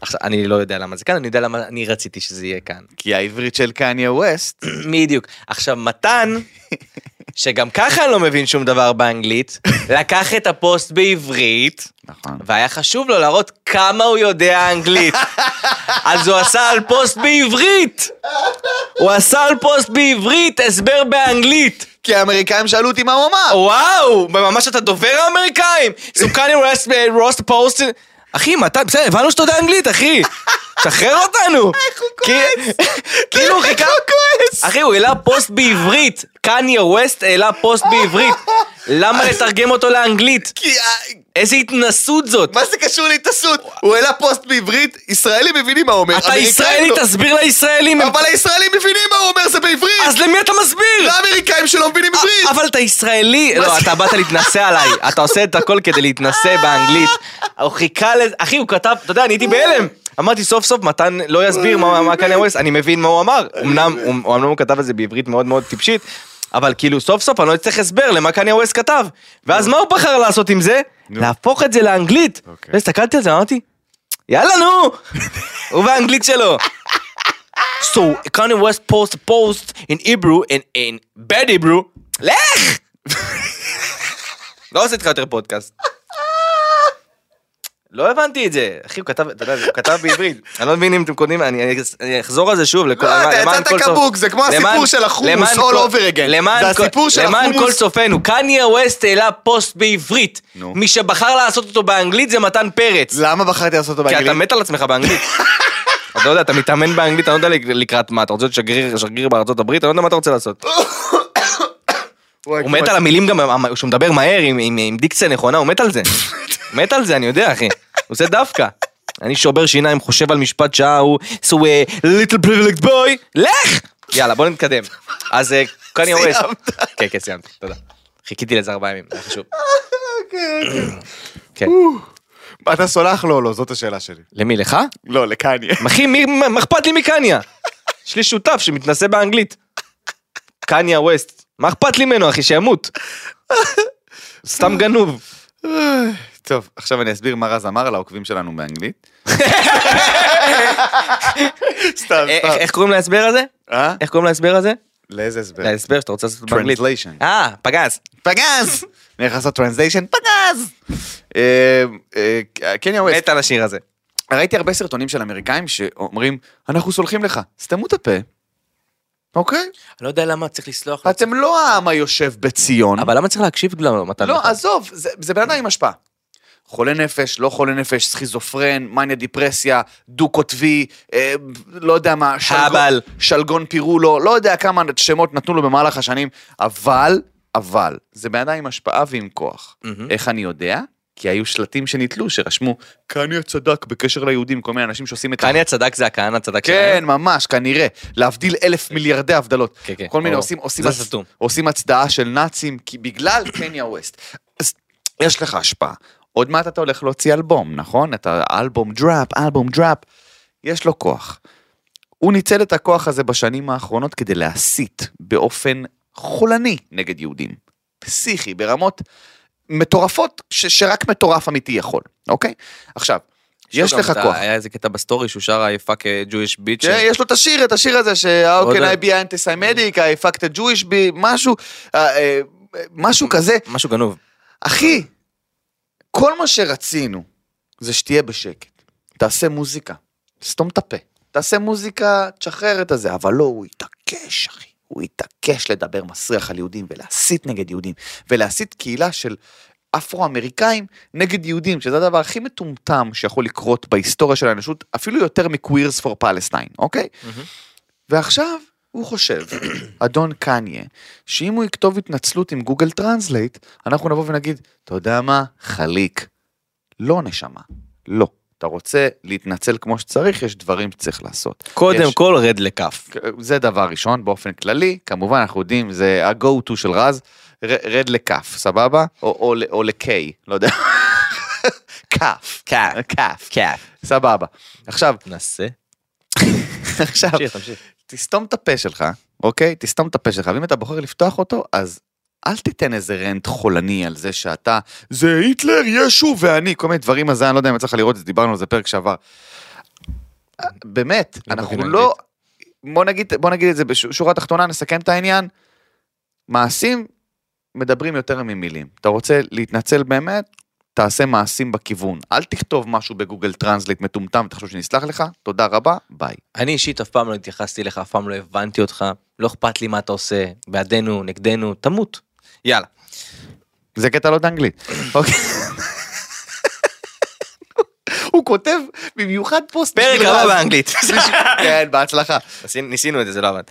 S3: עכשיו, אני לא יודע למה זה כאן, אני יודע למה אני רציתי שזה יהיה כאן.
S2: כי העברית של קניה ווסט,
S3: בדיוק. עכשיו, מתן, שגם ככה לא מבין שום דבר באנגלית, לקח את הפוסט בעברית,
S2: נכון.
S3: והיה חשוב לו להראות כמה הוא יודע אנגלית. אז הוא עשה על פוסט בעברית! הוא עשה על פוסט בעברית הסבר באנגלית!
S2: כי האמריקאים שאלו אותי מה הוא אמר.
S3: וואו! ממש אתה דובר האמריקאים! סוכני רוסט פוסט... אה, אחי, מתן, בסדר, הבנו שאתה יודע אנגלית, אחי! שחרר אותנו! איך הוא כועס? כאילו הוא חיכה... אחי, הוא העלה פוסט בעברית! קניה ווסט העלה פוסט בעברית! למה לתרגם אותו לאנגלית?
S2: כי אה,
S3: איזה התנסות זאת!
S2: מה זה קשור להתנסות? הוא העלה פוסט בעברית, ישראלים מבינים מה הוא אומר.
S3: אתה
S2: אמריקאים
S3: ישראלי,
S2: לא.
S3: תסביר לישראלים! הם-
S2: אבל הישראלים מבינים מה הוא אומר, זה בעברית.
S3: אז למי אתה מסביר?
S2: לאמריקאים שלא מבינים עברית.
S3: אבל אתה ישראלי, לא, אתה באת להתנשא עליי, אתה עושה את הכל כדי להתנשא באנגלית. הוא חיכה לזה, אחי, הוא כתב, אתה יודע, אני הייתי בהלם. אמרתי, סוף סוף מתן לא יסביר מה מה קניה ווסט, אני מבין מה הוא אמר. אמנם הוא- אמנם הוא כתב את זה בעברית מאוד מאוד טיפשית, אבל כאילו, סוף סוף אני לא אצטרך הסבר למה קניה ווסט כתב. ואז מה הוא בחר לעשות עם זה? להפוך את זה לאנגלית.
S2: אוקיי.
S3: והסתכלתי על זה, אמרתי, יאללה נו! הוא באנגלית שלו. So Kanye West post a post in Hebrew and in bad Hebrew. לך! לא עושה איתך יותר פודקאסט. לא הבנתי את זה. אחי, הוא כתב, אתה יודע, הוא כתב בעברית. אני לא מבין אם אתם קודמים, אני אני אחזור על זה שוב. לכל-
S2: לא, אתה
S3: למען
S2: יצאת
S3: כל סוף-
S2: כבוק, זה כמו
S3: למען-
S2: הסיפור של החומוס
S3: למען
S2: all
S3: כל-
S2: over again.
S3: למען
S2: זה
S3: כל-
S2: הסיפור של
S3: למען כל
S2: החומוס.
S3: צופינו, קניה ווסט העלה פוסט בעברית.
S2: נו.
S3: מי שבחר לעשות אותו באנגלית זה מתן פרץ.
S2: למה בחרתי לעשות אותו
S3: כי אתה
S2: באנגלית?
S3: מת על עצמך באנגלית. אתה לא יודע, אתה מתאמן באנגלית, אתה לא יודע לק- לקראת מה, אתה רוצה להיות שגריר- שגריר בארצות הברית, אתה לא יודע מה אתה רוצה לעשות.
S2: וואי,
S3: הוא מת על המילים גם, המ- שהוא מדבר מהר עם- עם עם דיקציה נכונה, הוא מת על זה. הוא מת על זה, אני יודע, אחי. הוא עושה דווקא. אני שובר שיניים, חושב על משפט שעה, הוא... So a little privileged boy, לך! יאללה, בוא נתקדם. אז אה, קניה ווסט.
S2: סיימת.
S3: כן, כן, סיימתי, תודה. חיכיתי לזה ארבעה ימים, זה היה חשוב. אוקיי, כן.
S2: אתה סולח לו או לא? זאת השאלה שלי.
S3: למי, לך?
S2: לא, לקניה.
S3: אחי, מי, מה מה אכפת לי מקניה? יש לי שותף שמתנשא באנגלית. קניה ווסט. מה אכפת לי ממנו, אחי, שימות. סתם גנוב.
S2: טוב, עכשיו אני אסביר מה רז אמר לעוקבים שלנו באנגלית. סתם,
S3: אה, איך-
S2: סתם.
S3: איך קוראים להסבר הזה?
S2: אה?
S3: איך קוראים להסבר הזה?
S2: לאיזה הסבר?
S3: להסבר שאתה רוצה לעשות באנגלית.
S2: Translation.
S3: אה, פגז.
S2: פגז! אני הולך לעשות טרנסליישן, פגז! אה, אה, קניה ווסט.
S3: מת על השיר הזה.
S2: ראיתי הרבה סרטונים של אמריקאים שאומרים, אנחנו סולחים לך, סתמו את הפה. אוקיי?
S3: אני לא יודע למה צריך לסלוח
S2: אתם לא העם היושב בציון.
S3: אבל למה צריך להקשיב לו, מתן?
S2: לא, עזוב, זה, זה בן אדם עם השפעה. חולה נפש, לא חולה נפש, סכיזופרן, מניה דיפרסיה, דו-קוטבי, אה, לא יודע מה,
S3: הבל.
S2: שלגון פירולו, לא יודע כמה שמות נתנו לו במהלך השנים, אבל, אבל, זה בן אדם עם השפעה ועם כוח.
S3: מהמם.
S2: איך אני יודע? כי היו שלטים שנתלו, שרשמו, קניה צדק בקשר ליהודים, כל מיני אנשים שעושים את...
S3: קניה צדק זה הכהנא צדק
S2: כן, ממש, כנראה. להבדיל אלף מיליארדי הבדלות.
S3: כן, כן.
S2: כל מיני
S3: ברור.
S2: עושים, עושים,
S3: זה
S2: הצ-
S3: סתום.
S2: עושים הצדעה של נאצים, כי בגלל קניה ווסט. אז יש לך השפעה. עוד מעט אתה הולך להוציא אלבום, נכון? אתה אלבום דראפ, אלבום דראפ. יש לו כוח. הוא ניצל את הכוח הזה בשנים האחרונות כדי להסית באופן חולני נגד יהודים. פסיכי, ברמות מטורפות, ש- שרק מטורף אמיתי יכול, אוקיי? עכשיו, יש לך כוח.
S3: היה איזה קטע בסטורי שהוא שר I fuck a Jewish bitch.
S2: כן, יש לו את השיר, את השיר הזה, ש- How
S3: עוד-
S2: can I be anti-Semitic, I fucked a Jewish, be- משהו, אה, אה, משהו כזה.
S3: משהו גנוב.
S2: אחי, כל מה שרצינו זה שתהיה בשקט. תעשה מוזיקה, סתום את הפה. תעשה מוזיקה, תשחרר את הזה, אבל לא, הוא התעקש, אחי. הוא התעקש לדבר מסריח על יהודים ולהסית נגד יהודים, ולהסית קהילה של אפרו-אמריקאים נגד יהודים, שזה הדבר הכי מטומטם שיכול לקרות בהיסטוריה של האנושות, אפילו יותר מקווירס פור פלסטיין, אוקיי? ועכשיו הוא חושב, אדון קניה, שאם הוא יכתוב התנצלות עם גוגל טרנסלייט, אנחנו נבוא ונגיד, אתה יודע מה, חליק. לא נשמה, לא. אתה רוצה להתנצל כמו שצריך, יש דברים שצריך לעשות.
S3: קודם
S2: יש.
S3: כל רד לכף.
S2: זה דבר ראשון, באופן כללי, כמובן אנחנו יודעים, זה ה-go to של רז, ר- רד לכף, סבבה? או, או, ל- או ל-K, לא יודע. כף,
S3: כף.
S2: כף,
S3: כף.
S2: סבבה. עכשיו,
S3: נסה.
S2: עכשיו,
S3: תמשיך, תמשיך.
S2: תסתום את הפה שלך, אוקיי? תסתום את הפה שלך, ואם אתה בוחר לפתוח אותו, אז אל תיתן איזה רנט חולני על זה שאתה, זה היטלר, ישו ואני, כל מיני דברים הזה, אני לא יודע אם יצא לך לראות את זה, דיברנו על זה פרק שעבר. אה, באמת,
S3: לא מבין
S2: אנחנו לא... בוא נגיד, בוא נגיד את זה בשורה התחתונה, נסכם את העניין. מעשים מדברים יותר ממילים. אתה רוצה להתנצל באמת? תעשה מעשים בכיוון. אל תכתוב משהו בגוגל טרנסליט מטומטם ותחשוב שנסלח לך, תודה רבה, ביי.
S3: אני אישית אף פעם לא התייחסתי אליך, אף פעם לא הבנתי אותך, לא אכפת לי מה אתה עושה, בעדנו, נגדנו, תמות. יאללה.
S2: זה קטע לא באנגלית. אוקיי. הוא כותב במיוחד פוסט.
S3: פרק
S2: בשביל
S3: הבא
S2: רז.
S3: באנגלית.
S2: כן, בהצלחה.
S3: ניסינו את זה, זה לא עבד.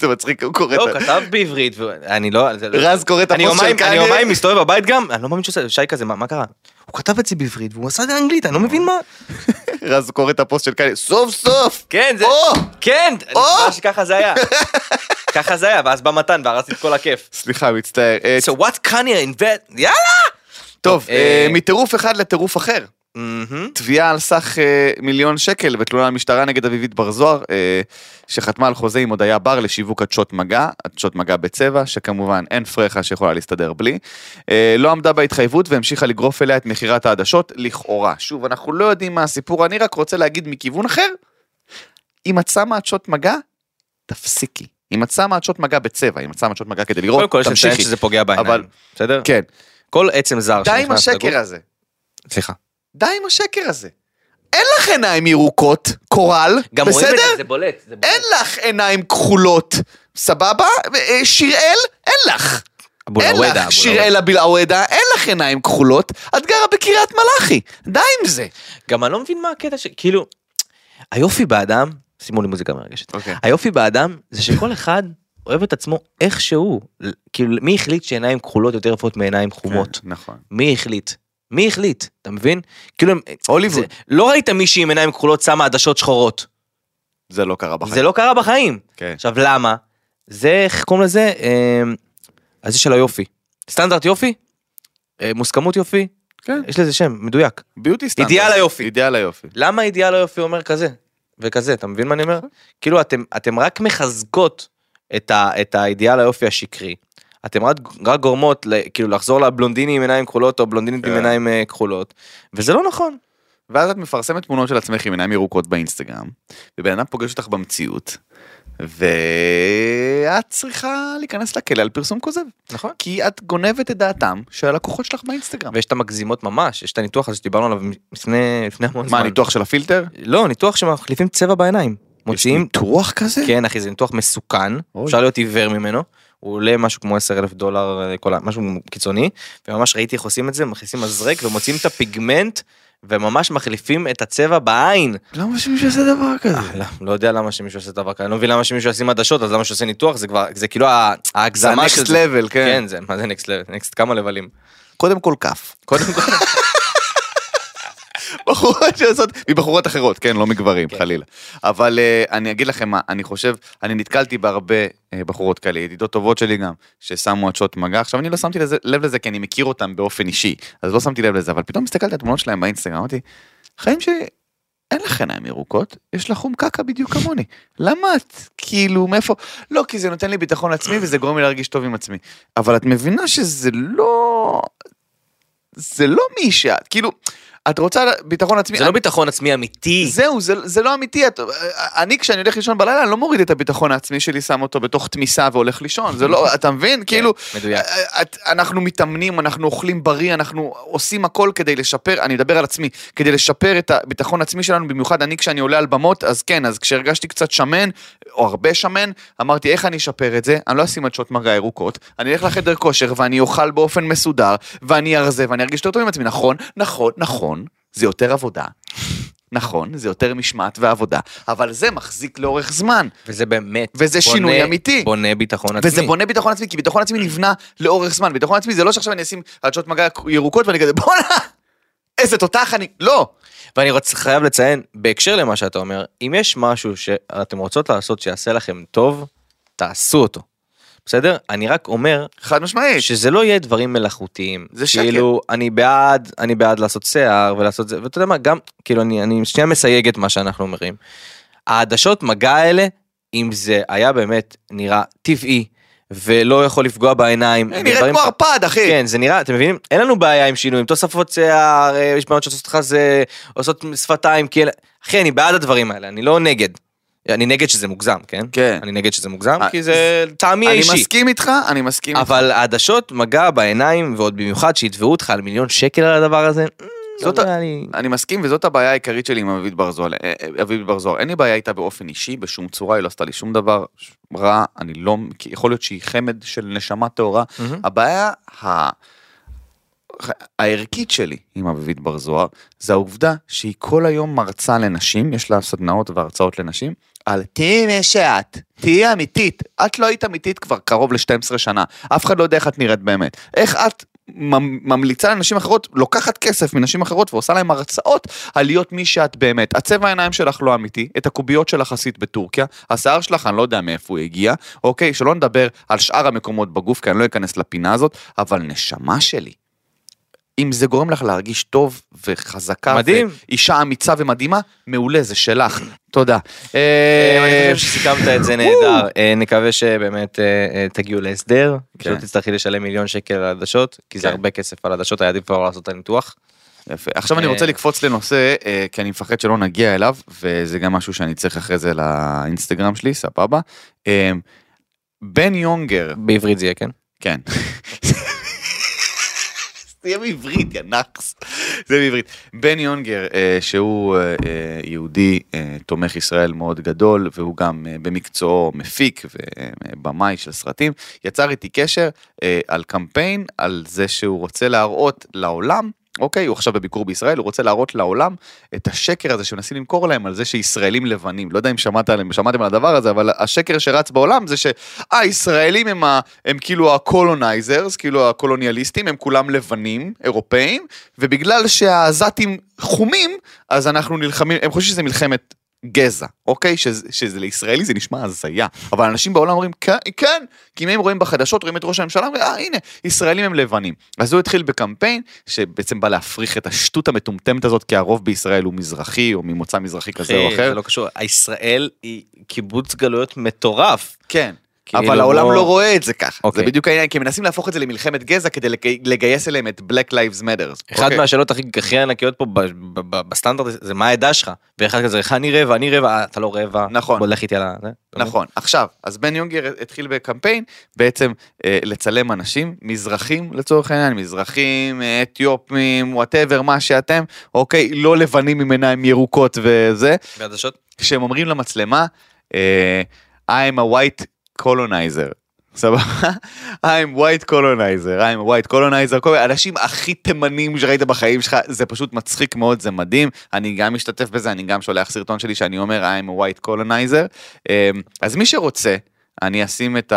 S2: זה מצחיק, הוא קורא
S3: לא,
S2: את
S3: הוא
S2: ה...
S3: כתב בעברית, אני לא... זה לא-
S2: רז קורא את
S3: אני
S2: הפוסט של
S3: יומיים- אני
S2: קניה.
S3: יומיים מסתובב בבית גם, אני לא מאמין שעושה, שי כזה, מה מה קרה? הוא כתב את זה בעברית והוא עשה את זה באנגלית, אני לא מבין מה.
S2: רז קורא את הפוסט של קניה. סוף סוף!
S3: כן, זה...
S2: או!
S3: כן! אני
S2: או!
S3: חושב שככה זה היה. ככה זה היה, ואז בא מתן והרס את כל הכיף.
S2: סליחה, מצטער. אה,
S3: So what Kanye invent? יאללה!
S2: טוב, אה,
S3: אה,
S2: מטירוף אחד לטירוף אחר.
S3: מהמם.
S2: תביעה על סך אה, מיליון שקל בתלונה למשטרה נגד אביבית בר זוהר, אה, שחתמה על חוזה עם הודיה בר לשיווק עדשות מגע, עדשות מגע בצבע, שכמובן אין פרחה שיכולה להסתדר בלי. אה, לא עמדה בהתחייבות והמשיכה לגרוף אליה את מכירת העדשות, לכאורה. שוב, אנחנו לא יודעים מה הסיפור, אני רק רוצה להגיד מכיוון אחר, אם את שמה עדשות מגע, תפסיקי. אם את שמה עדשות מגע בצבע, אם את שמה עדשות מגע כדי
S3: קודם
S2: לראות,
S3: כל יש לציין
S2: תמשיכי.
S3: שזה פוגע
S2: אבל-
S3: בעיניים, בסדר?
S2: כן,
S3: כל עצם זר
S2: די עם
S3: שנכנס לגוף-
S2: השקר הזה.
S3: סליחה.
S2: די עם השקר הזה. אין לך עיניים ירוקות, קורל,
S3: גם רואים את
S2: בסדר?
S3: זה, זה בולט. זה בולט.
S2: אין לך עיניים כחולות, סבבה? אה, שיראל, אין לך.
S3: אבולעוודה,
S2: אין לך
S3: אבולעוודה.
S2: שיראל אבילעוודה, אין לך עיניים כחולות, את גרה בקריית מלאכי, די עם זה.
S3: גם אני לא מבין מה הקטע ש... כאילו, היופי באדם, שימו לי מוזיקה מרגשת.
S2: אוקיי.
S3: היופי באדם זה שכל אחד אוהב את עצמו איך שהוא. ל- כאילו, מי החליט שעיניים כחולות יותר יפות מעיניים חומות?
S2: נכון.
S3: מי החליט? מי החליט? אתה מבין? כאילו, הם-
S2: הוליווד.
S3: זה- לא ראית מישהי עם עיניים כחולות שמה עדשות שחורות.
S2: זה לא קרה בחיים.
S3: זה לא קרה בחיים.
S2: כן.
S3: עכשיו, למה? זה, איך קוראים לזה? אה, אז זה של היופי. סטנדרט יופי? אה, מוסכמות יופי?
S2: כן.
S3: יש לזה שם, מדויק.
S2: ביוטי סטנדרט.
S3: אידיאל היופי.
S2: אידיאל היופי.
S3: למה אידיאל היופי אומר כזה וכזה, אתה מבין מה אני אומר? כאילו אתם, אתם רק מחזקות את, ה, את האידיאל היופי השקרי. אתם רק, רק גורמות ל, כאילו לחזור לבלונדיני עם עיניים כחולות או בלונדינית עם
S2: כן.
S3: עיניים אה, כחולות, וזה לא נכון.
S2: ואז את מפרסמת תמונות של עצמך עם עיניים ירוקות באינסטגרם, ובן אדם פוגש אותך במציאות, ואת צריכה להיכנס לכלא על פרסום כוזב.
S3: נכון.
S2: כי את גונבת את דעתם של הלקוחות שלך באינסטגרם.
S3: ויש את המגזימות ממש, יש את הניתוח הזה שדיברנו עליו לפני, לפני המון זמן.
S2: מה, ניתוח של הפילטר?
S3: לא, ניתוח שמחליפים צבע בעיניים. מוציאים,
S2: ניתוח כזה?
S3: כן אחי, זה ניתוח מסוכן,
S2: אוי.
S3: אפשר להיות עיוור ממנו. הוא עולה משהו כמו 10 אלף דולר, אה, כל ה- משהו קיצוני, וממש ראיתי איך עושים את זה, מכניסים מזרק ומוציאים את הפיגמנט, וממש מחליפים את הצבע בעין.
S2: למה שמישהו יעשה דבר כזה?
S3: לא, לא יודע למה שמישהו עושה דבר כזה, אני לא מבין למה שמישהו ישים עדשות, אז למה שעושה ניתוח, זה כבר, זה כאילו ה-
S2: זה
S3: ההגזמה של
S2: הנקסט
S3: זה.
S2: לבל, כן.
S3: כן, זה, מה זה נקסט לב? נקסט כמה לבלים.
S2: קודם כל כף.
S3: קודם כל,
S2: בחורות שעושות, מבחורות אחרות, כן, לא מגברים, חלילה. אבל אה, אני אגיד לכם מה, אני חושב, אני נתקלתי בהרבה אה, בחורות כאלה, ידידות טובות שלי גם, ששמו עדשות מגע. עכשיו, אני לא שמתי לזה- לב לזה, כי אני מכיר אותם באופן אישי, אז לא שמתי לב לזה, אבל פתאום הסתכלתי על התמונות שלהם באינסטגרם, אמרתי, חיים שלי, אין לך עיניים ירוקות, יש לך חום קקה בדיוק כמוני. למה את, כאילו, מאיפה? לא, כי זה נותן לי ביטחון עצמי וזה גורם לי להרגיש טוב עם עצמי. אבל את מבינה שזה לא... זה לא מי שאת, כאילו, את רוצה ביטחון עצמי.
S3: זה לא ביטחון עצמי אמיתי.
S2: זהו, זה, זה לא אמיתי. את, אני, כשאני הולך לישון בלילה, אני לא מוריד את הביטחון העצמי שלי, שם אותו בתוך תמיסה והולך לישון. זה לא, אתה מבין?
S3: כן.
S2: כאילו,
S3: מדויק.
S2: את, אנחנו מתאמנים, אנחנו אוכלים בריא, אנחנו עושים הכל כדי לשפר, אני מדבר על עצמי, כדי לשפר את הביטחון העצמי שלנו, במיוחד אני כשאני עולה על במות, אז כן, אז כשהרגשתי קצת שמן, או הרבה שמן, אמרתי, איך אני אשפר את זה? אני לא אשים עדשות מגע ירוקות, אני אלך לחדר כושר ואני אוכל באופן מסודר, ואני ארזה ואני ארגיש יותר טוב עם עצמי, נכון, נכון, נכון, זה יותר עבודה. נכון, זה יותר משמעת ועבודה, אבל זה מחזיק לאורך זמן.
S3: וזה באמת,
S2: וזה
S3: בונה-
S2: שינוי אמיתי.
S3: בונה ביטחון עצמי.
S2: וזה בונה ביטחון עצמי, כי ביטחון עצמי נבנה לאורך זמן. ביטחון עצמי זה לא שעכשיו אני אשים עדשות מגע ירוקות ואני כזה, בואנה, איזה תותח אני, לא.
S3: ואני רוצ, חייב לציין, בהקשר למה שאתה אומר, אם יש משהו שאתם רוצות לעשות שיעשה לכם טוב, תעשו אותו. בסדר? אני רק אומר
S2: חד משמעית.
S3: שזה לא יהיה דברים מלאכותיים.
S2: כן. זה שקר.
S3: כאילו, אני בעד, אני בעד לעשות שיער ולעשות זה, ואתה יודע מה, גם, כאילו, אני, אני שנייה מסייג את מה שאנחנו אומרים. העדשות מגע האלה, אם זה היה באמת נראה טבעי, ולא יכול לפגוע בעיניים,
S2: היא נראית
S3: ודברים-
S2: כמו ערפד, אחי.
S3: כן, זה נראה, אתם מבינים? אין לנו בעיה עם שינויים, תוספות שיער, אה, יש בנות שעושות לך זה, עושות שפתיים, כי... אלה- אחי, אני בעד הדברים האלה, אני לא נגד. אני נגד שזה מוגזם, כן?
S2: כן.
S3: אני נגד שזה מוגזם,
S2: אה,
S3: כי זה טעמי
S2: אני
S3: האישי.
S2: מסכים איתך, אני מסכים איתך.
S3: אבל העדשות מגע בעיניים, ועוד במיוחד שיתבעו אותך על מיליון שקל על הדבר הזה, אה,
S2: זאת
S3: זאת
S2: ה-
S3: נראה לי...
S2: אני מסכים, וזאת הבעיה העיקרית שלי עם אביב בר זוהר. אה, אה, אביב בר זוהר, אין לי בעיה איתה באופן אישי, בשום צורה, היא לא עשתה לי שום דבר ש- רע, אני לא, כי יכול להיות שהיא חמד של נשמה טהורה. הבעיה ה... הערכית שלי עם אביבית בר זוהר, זה העובדה שהיא כל היום מרצה לנשים, יש לה סדנאות והרצאות לנשים, על תהיי מי שאת, תהיי אמיתית. את לא היית אמיתית כבר קרוב ל-12 שנה, אף אחד לא יודע איך את נראית באמת. איך את ממ- ממליצה לנשים אחרות, לוקחת כסף מנשים אחרות ועושה להן הרצאות על להיות מי שאת באמת. הצבע העיניים שלך לא אמיתי, את הקוביות שלך עשית בטורקיה, השיער שלך, אני לא יודע מאיפה הוא הגיע, אוקיי, שלא נדבר על שאר המקומות בגוף, כי אני לא אכנס לפינה הזאת, אבל נשמה שלי. אם זה גורם לך להרגיש טוב וחזקה,
S3: מדהים.
S2: ואישה אמיצה ומדהימה, מעולה, זה שלך. תודה.
S3: אה,
S2: אה,
S3: אני חושב שסיכמת את זה נהדר. אה, נקווה שבאמת אה, אה, תגיעו להסדר, שלא תצטרכי לשלם מיליון שקל על עדשות, כי זה
S2: כן.
S3: הרבה כסף על עדשות, היה עדיף כבר לעשות את הניתוח.
S2: יפה. עכשיו אני
S3: אה.
S2: רוצה לקפוץ לנושא, אה, כי אני מפחד שלא נגיע אליו, וזה גם משהו שאני צריך אחרי זה לאינסטגרם שלי, סבבה. אה, בן יונגר,
S3: בעברית זה יהיה, כן?
S2: כן. זה יהיה בעברית, יא נאחס. זה בעברית. בני יונגר, אה, שהוא אה, אה, יהודי אה, תומך ישראל מאוד גדול, והוא גם אה, במקצועו מפיק ובמאי של סרטים, יצר איתי קשר אה, על קמפיין, על זה שהוא רוצה להראות לעולם. אוקיי, הוא עכשיו בביקור בישראל, הוא רוצה להראות לעולם את השקר הזה שמנסים למכור להם על זה שישראלים לבנים. לא יודע אם שמעת עליהם, שמעתם על הדבר הזה, אבל השקר שרץ בעולם זה ש... אה, ישראלים הם, ה, הם כאילו הקולונייזרס, כאילו הקולוניאליסטים, הם כולם לבנים, אירופאים, ובגלל שהעזתים חומים, אז אנחנו נלחמים, הם חושבים שזה מלחמת גזע, אוקיי? שזה, שזה לישראלי זה נשמע הזיה, אבל אנשים בעולם אומרים, כן, כן, כי אם הם רואים בחדשות, רואים את ראש הממשלה, אומרים, אה, הנה, ישראלים הם לבנים. אז הוא התחיל בקמפיין שבעצם בא להפריך את השטות המטומטמת הזאת, כי הרוב בישראל הוא מזרחי, או ממוצא מזרחי כזה או
S3: אחי, זה
S2: אחר.
S3: לא קשור. ישראל היא קיבוץ גלויות מטורף.
S2: כן.
S3: כאילו,
S2: אבל העולם
S3: בוא-
S2: לא רואה את זה ככה, זה
S3: אוקיי.
S2: בדיוק העניין, כי הם מנסים להפוך את זה למלחמת גזע כדי לג- לגייס אליהם את Black Lives אוקיי? Matter.
S3: אחת מהשאלות הכי הכי ענקיות פה ב- ב- ב- בסטנדרט זה מה העדה שלך. ואחד כזה, איך אני רבע, אני רבע, אה, אתה לא רבע.
S2: נכון.
S3: בוא לך איתי על ה... זה.
S2: נכון, עכשיו, אז בן יונגר התחיל בקמפיין בעצם אה, לצלם אנשים, מזרחים לצורך העניין, מזרחים, אה, אתיופים, וואטאבר, מה שאתם, אוקיי, לא לבנים עם עיניים ירוקות וזה,
S3: בעדשות?
S2: כשהם אומרים למצלמה, אה, I'm a white colonizer. סבבה? I'm white colonizer, I'm a white colonizer, כל מיני אנשים הכי תימנים שראית בחיים שלך, זה פשוט מצחיק מאוד, זה מדהים, אני גם משתתף בזה, אני גם שולח סרטון שלי שאני אומר I'm a white colonizer. אה, אז מי שרוצה, אני אשים את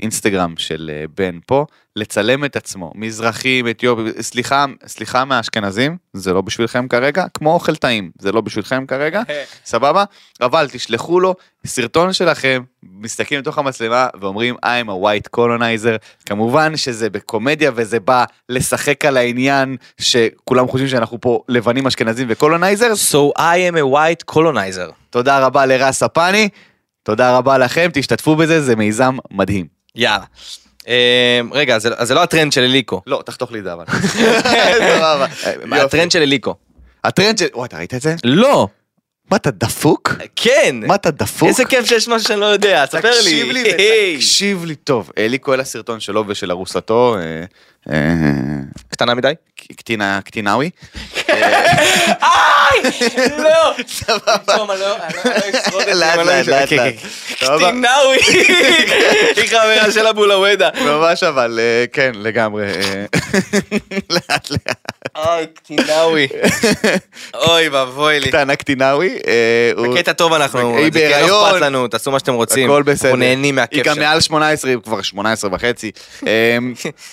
S2: האינסטגרם של אה, בן פה, לצלם את עצמו, מזרחים, אתיופים, סליחה, סליחה מהאשכנזים, זה לא בשבילכם כרגע, כמו אוכל טעים, זה לא בשבילכם כרגע, סבבה? אבל תשלחו לו סרטון שלכם, מסתכלים לתוך המצלמה ואומרים I'm a white colonizer, כמובן שזה בקומדיה וזה בא לשחק על העניין שכולם חושבים שאנחנו פה לבנים אשכנזים וקולונייזרס,
S3: So I am a white colonizer.
S2: תודה רבה לרס הפאני, תודה רבה לכם, תשתתפו בזה, זה מיזם מדהים.
S3: יאללה. אה, רגע, אז זה- אז זה לא הטרנד של אליקו.
S2: לא, תחתוך לי את זה אבל. סבבה. יופי.
S3: הטרנד של אליקו.
S2: הטרנד של... וואי, אתה ראית את זה?
S3: לא.
S2: מה, אתה דפוק?
S3: כן.
S2: מה, אתה דפוק?
S3: איזה כיף שיש משהו שאני לא יודע, תספר לי.
S2: תקשיב לי,
S3: היי.
S2: תקשיב לי טוב. אליקו, אלה הסרטון שלו ושל ארוסתו, אה, אה,
S3: קטנה מדי?
S2: קטינה, קטינאווי.
S3: כן, לא.
S2: סבבה.
S3: טוב, אני לא אני לא- אני לא אשרוד את זה.
S2: לאט,
S3: אני לא
S2: לאט,
S3: אשרוד.
S2: לאט,
S3: כן,
S2: לאט.
S3: כן,
S2: סבבה.
S3: טינאווי, היא חברה של אבולאוודה.
S2: ממש אבל, אה, כן, לגמרי. אה, לאט לאט.
S3: אוי, טינאווי. אוי ואבוי לי.
S2: קטנה קטינאווי. אה, הוא-
S3: בקטע טוב אנחנו,
S2: היא
S3: זה כן, לא
S2: בהיריון.
S3: אכפת לנו, תעשו מה שאתם רוצים.
S2: הכל בסדר.
S3: אנחנו נהנים
S2: היא
S3: מהכיף
S2: גם
S3: שלנו.
S2: מעל 18, היא כבר 18 וחצי. אה,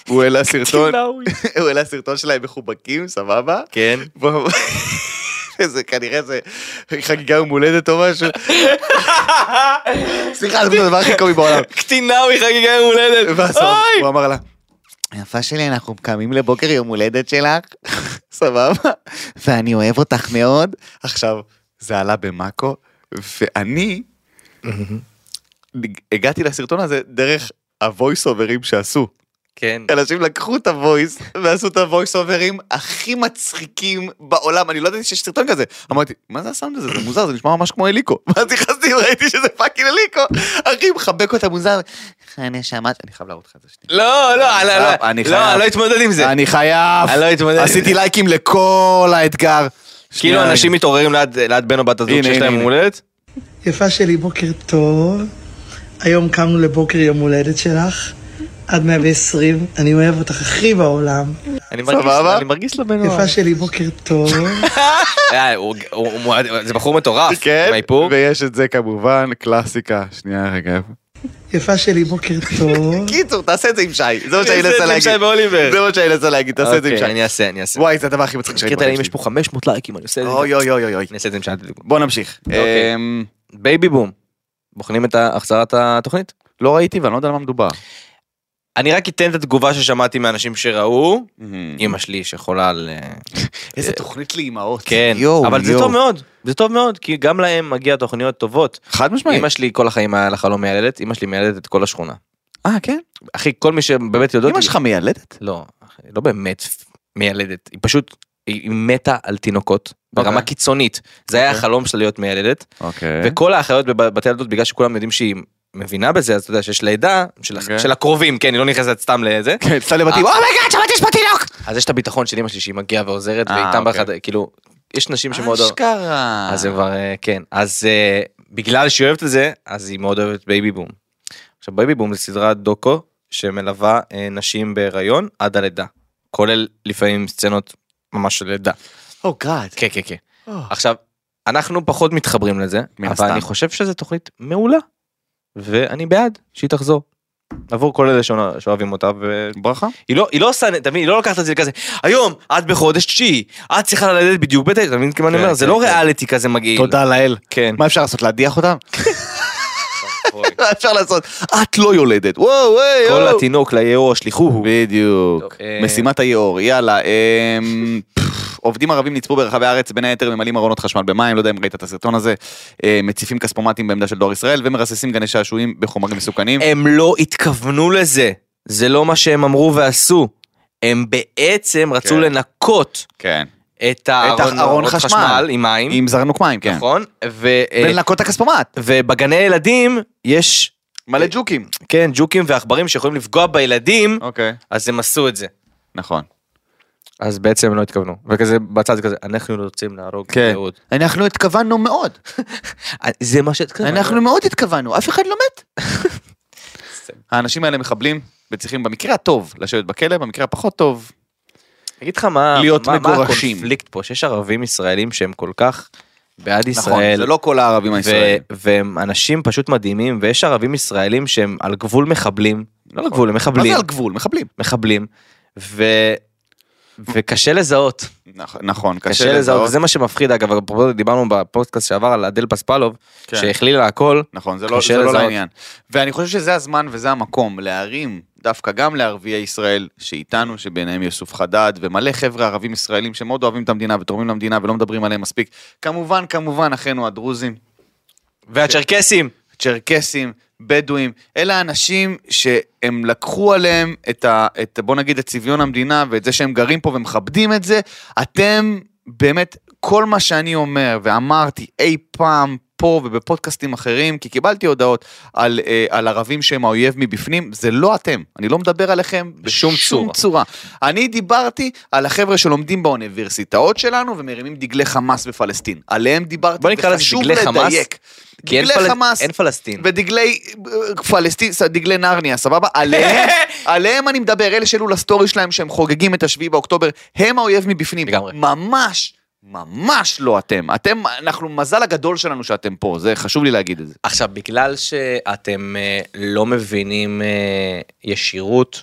S2: הוא העלה סרטון,
S3: לא.
S2: הוא העלה סרטון שלהם מחובקים, סבבה?
S3: כן.
S2: בוא- זה כנראה זה חגיגה יום הולדת או משהו. סליחה, זה הדבר הכי קומי בעולם.
S3: קטינאווי חגיגה יום הולדת.
S2: ואז
S3: אוי.
S2: הוא אמר לה, יפה שלי, אנחנו קמים לבוקר יום הולדת שלך, סבבה? ואני אוהב אותך מאוד. עכשיו, זה עלה במאקו, ואני הגעתי לסרטון הזה דרך הוויס אוברים שעשו.
S3: כן.
S2: אנשים לקחו את הוויס ועשו את הוויס אוברים הכי מצחיקים בעולם, אני לא ידעתי שיש סרטון כזה. אמרתי, מה זה הסאונד הזה? זה מוזר, זה נשמע ממש כמו אליקו. ואז נכנסתי וראיתי שזה פאקינג אליקו. אחי, מחבק אותה מוזר. הנשמה, אני חייב להראות לך את זה שנייה.
S3: לא, לא,
S2: אני
S3: לא,
S2: חייב,
S3: לא,
S2: אני
S3: לא,
S2: חייב.
S3: לא אתמודד עם זה.
S2: אני חייב.
S3: אני לא אתמודד.
S2: עשיתי לייקים לכל האתגר.
S3: כאילו
S2: שנייה,
S3: אנשים
S2: רגע.
S3: מתעוררים ליד- ליד בן או בת הזוג
S2: הנה,
S3: שיש
S2: הנה,
S3: להם
S2: הנה.
S3: יום הולדת.
S6: יפה שלי, בוקר טוב. היום קמנו לבוקר יום הולדת שלך. עד 120, אני אוהב אותך הכי בעולם.
S3: אני מרגיש-
S2: סבבה? לא
S3: אני מרגיש לו בנוח.
S6: יפה שלי, בוקר טוב.
S3: אה, הוא- הוא- הוא- הוא- זה בחור מטורף.
S2: כן,
S3: עם האיפור.
S2: ויש את זה כמובן, קלאסיקה. שנייה רגע.
S6: יפה שלי, בוקר טוב.
S2: קיצור, תעשה את זה עם שי. זה מה שאני
S3: זה
S2: מנסה
S3: עם
S2: להגיד.
S3: שי ואוליבר.
S2: זה מה שאני מנסה להגיד, תעשה את זה עם
S3: אוקיי, אני
S2: שי.
S3: אעשה, אני אעשה.
S2: וואי, זה הדבר הכי מצחיק שראיתי.
S3: קטע, אם
S2: בחיים
S3: יש פה 500 לייקים, אני עושה את
S2: שלי.
S3: זה.
S2: אוי אוי אוי אוי, אוי.
S3: אני אעשה את זה עם שעת דוגמה.
S2: בוא נמשיך.
S3: אוקיי.
S2: אמ,
S3: בייבי בום. בוחנים את ה- החזרת התוכנית?
S2: לא ראיתי ואני לא יודע על מה מדובר.
S3: Mm-hmm. אני רק אתן את התגובה ששמעתי מאנשים שראו. אמא שלי שחולה על... אה,
S2: איזה תוכנית לאימהות.
S3: כן,
S2: יואו,
S3: אבל זה
S2: יואו.
S3: טוב מאוד, זה טוב מאוד, כי גם להם מגיע תוכניות טובות.
S2: חד משמעית.
S3: אמא שלי כל החיים היה לה חלום מיילדת, אמא שלי מיילדת את כל השכונה.
S2: אה, כן?
S3: אחי, כל מי שבאמת יודעות...
S2: אמא שלך מיילדת?
S3: לא, אחי, לא באמת מיילדת, היא פשוט, היא היא מתה על תינוקות, ברמה
S2: אוקיי.
S3: קיצונית. זה היה החלום שלה להיות מיילדת,
S2: אוקיי.
S3: וכל האחיות בבתי הילדות, בגלל שכולם יודעים שהיא מבינה בזה, אז אתה יודע שיש לידה של-
S2: אוקיי.
S3: של הקרובים, כן, היא לא נכנסת סתם לזה.
S2: כן, סתם לבתים,
S3: אה.
S2: אומייגאד, שמעתי יש פה תינוק!
S3: אז יש את הביטחון של אמא שלי שהיא מגיעה ועוזרת,
S2: אה,
S3: ואיתם
S2: אוקיי.
S3: באחד, כאילו, יש נשים שמאוד... אוהב-
S2: אשכרה.
S3: אז זה כבר, אה, כן. אז אה, בגלל שהיא אוהבת את זה, אז היא מאוד אוהבת בייבי בום. עכשיו, בייבי בום זה סדרת דוקו שמלווה אה, נשים בהיריון עד הלידה. כולל לפעמים סצנות ממש של לידה.
S2: או גאד.
S3: כן, כן, כן. עכשיו, אנחנו פחות מתחברים לזה,
S2: מן
S3: אבל
S2: הסתם.
S3: אני חושב שזו תוכנית מעולה, ואני בעד שהיא תחזור. עבור כל אלה שאוה- שאוהבים אותה, והיא
S2: ברכה.
S3: לא, היא לא עושה, אתה מבין, היא לא לוקחת את זה כזה, היום, את בחודש תשיעי, את צריכה ללדת בדיוק בתשע, אתה מבין מה אני
S2: כן,
S3: אומר? זה
S2: כן,
S3: לא
S2: כן.
S3: ריאליטי כזה מגעיל.
S2: תודה לאל.
S3: כן.
S2: מה אפשר לעשות? להדיח אותם? מה אפשר לעשות? את לא יולדת. וואו, וואו.
S3: כל התינוק ליאור השליכוהו.
S2: בדיוק.
S3: טוב, אה,
S2: משימת היאור, יאללה. אמ, פפפ, עובדים ערבים נצפו ברחבי הארץ, בין היתר ממלאים ארונות חשמל במים, לא יודע אם ראית את הסרטון הזה, אה, מציפים כספומטים בעמדה של דואר ישראל ומרססים גני שעשועים בחומרים מסוכנים.
S3: הם לא התכוונו לזה, זה לא מה שהם אמרו ועשו. הם בעצם רצו
S2: כן.
S3: לנקות
S2: כן.
S3: את הארון
S2: הארון
S3: ארון
S2: חשמל.
S3: חשמל עם מים.
S2: עם זרנוק מים, כן.
S3: נכון? ו-
S2: ולנקות את הכספומט.
S3: ובגני ילדים יש,
S2: מלא ג'וקים.
S3: כן, ג'וקים ועכברים שיכולים לפגוע בילדים,
S2: אוקיי.
S3: אז הם עשו את זה.
S2: נכון.
S3: אז בעצם הם לא התכוונו. וכזה, בצד זה כזה, אנחנו רוצים להרוג
S2: כן.
S3: את אהוד.
S2: אנחנו התכוונו מאוד.
S3: זה מה שהתכוונו.
S2: מאוד התכוונו, אף אחד לא מת. האנשים האלה מחבלים וצריכים במקרה הטוב לשבת בכלא, במקרה הפחות טוב.
S3: אני אגיד לך מה,
S2: להיות
S3: מה, מה
S2: מגורשים.
S3: הקונפליקט פה, שיש ערבים ישראלים שהם כל כך בעד ישראל.
S2: נכון, זה לא כל הערבים הישראלים.
S3: ו- והם אנשים פשוט מדהימים, ויש ערבים ישראלים שהם על גבול מחבלים, לא על גבול, הם
S2: מה
S3: מחבלים,
S2: זה על גבול? מחבלים.
S3: מחבלים, ו... וקשה לזהות.
S2: נכון, נכון,
S3: קשה לזהות, וזה מה שמפחיד אגב, אפרופו דיברנו בפודקאסט שעבר על אדל פספלוב,
S2: כן.
S3: שהכלילה הכל,
S2: נכון, זה לא,
S3: קשה
S2: זה לא
S3: לזהות.
S2: לעניין. ואני חושב שזה הזמן וזה המקום להרים דווקא גם לערביי ישראל שאיתנו, שביניהם יוסוף חדד ומלא חבר'ה ערבים ישראלים שמאוד אוהבים את המדינה ותורמים למדינה ולא מדברים עליהם מספיק. כמובן, כמובן, אחינו הדרוזים,
S3: והצ'רקסים,
S2: צ'רקסים, בדואים, אלה האנשים שהם לקחו עליהם את, ה, את, בוא נגיד, את צביון המדינה ואת זה שהם גרים פה ומכבדים את זה. אתם באמת, כל מה שאני אומר ואמרתי אי פעם פה ובפודקאסטים אחרים, כי קיבלתי הודעות על, אה, על ערבים שהם האויב מבפנים, זה לא אתם, אני לא מדבר עליכם
S3: בשום צורה.
S2: צורה. אני דיברתי על החבר'ה שלומדים באוניברסיטאות שלנו ומרימים דגלי חמאס בפלסטין. עליהם דיברתי,
S3: בוא נקרא לזה
S2: וחשוב
S3: דגלי חמאס,
S2: לדייק.
S3: כי אין
S2: דגלי
S3: פלס-
S2: חמאס,
S3: אין פלסטין.
S2: ודגלי אה, פלסטין, ס- דגלי נרניה, סבבה? עליהם, עליהם אני מדבר, אלה שהעלו לסטורי שלהם שהם חוגגים את השביעי באוקטובר, הם האויב מבפנים.
S3: לגמרי.
S2: ממש, ממש לא אתם. אתם, אנחנו, מזל הגדול שלנו שאתם פה, זה חשוב לי להגיד את זה.
S3: עכשיו, בגלל שאתם אה, לא מבינים אה, ישירות,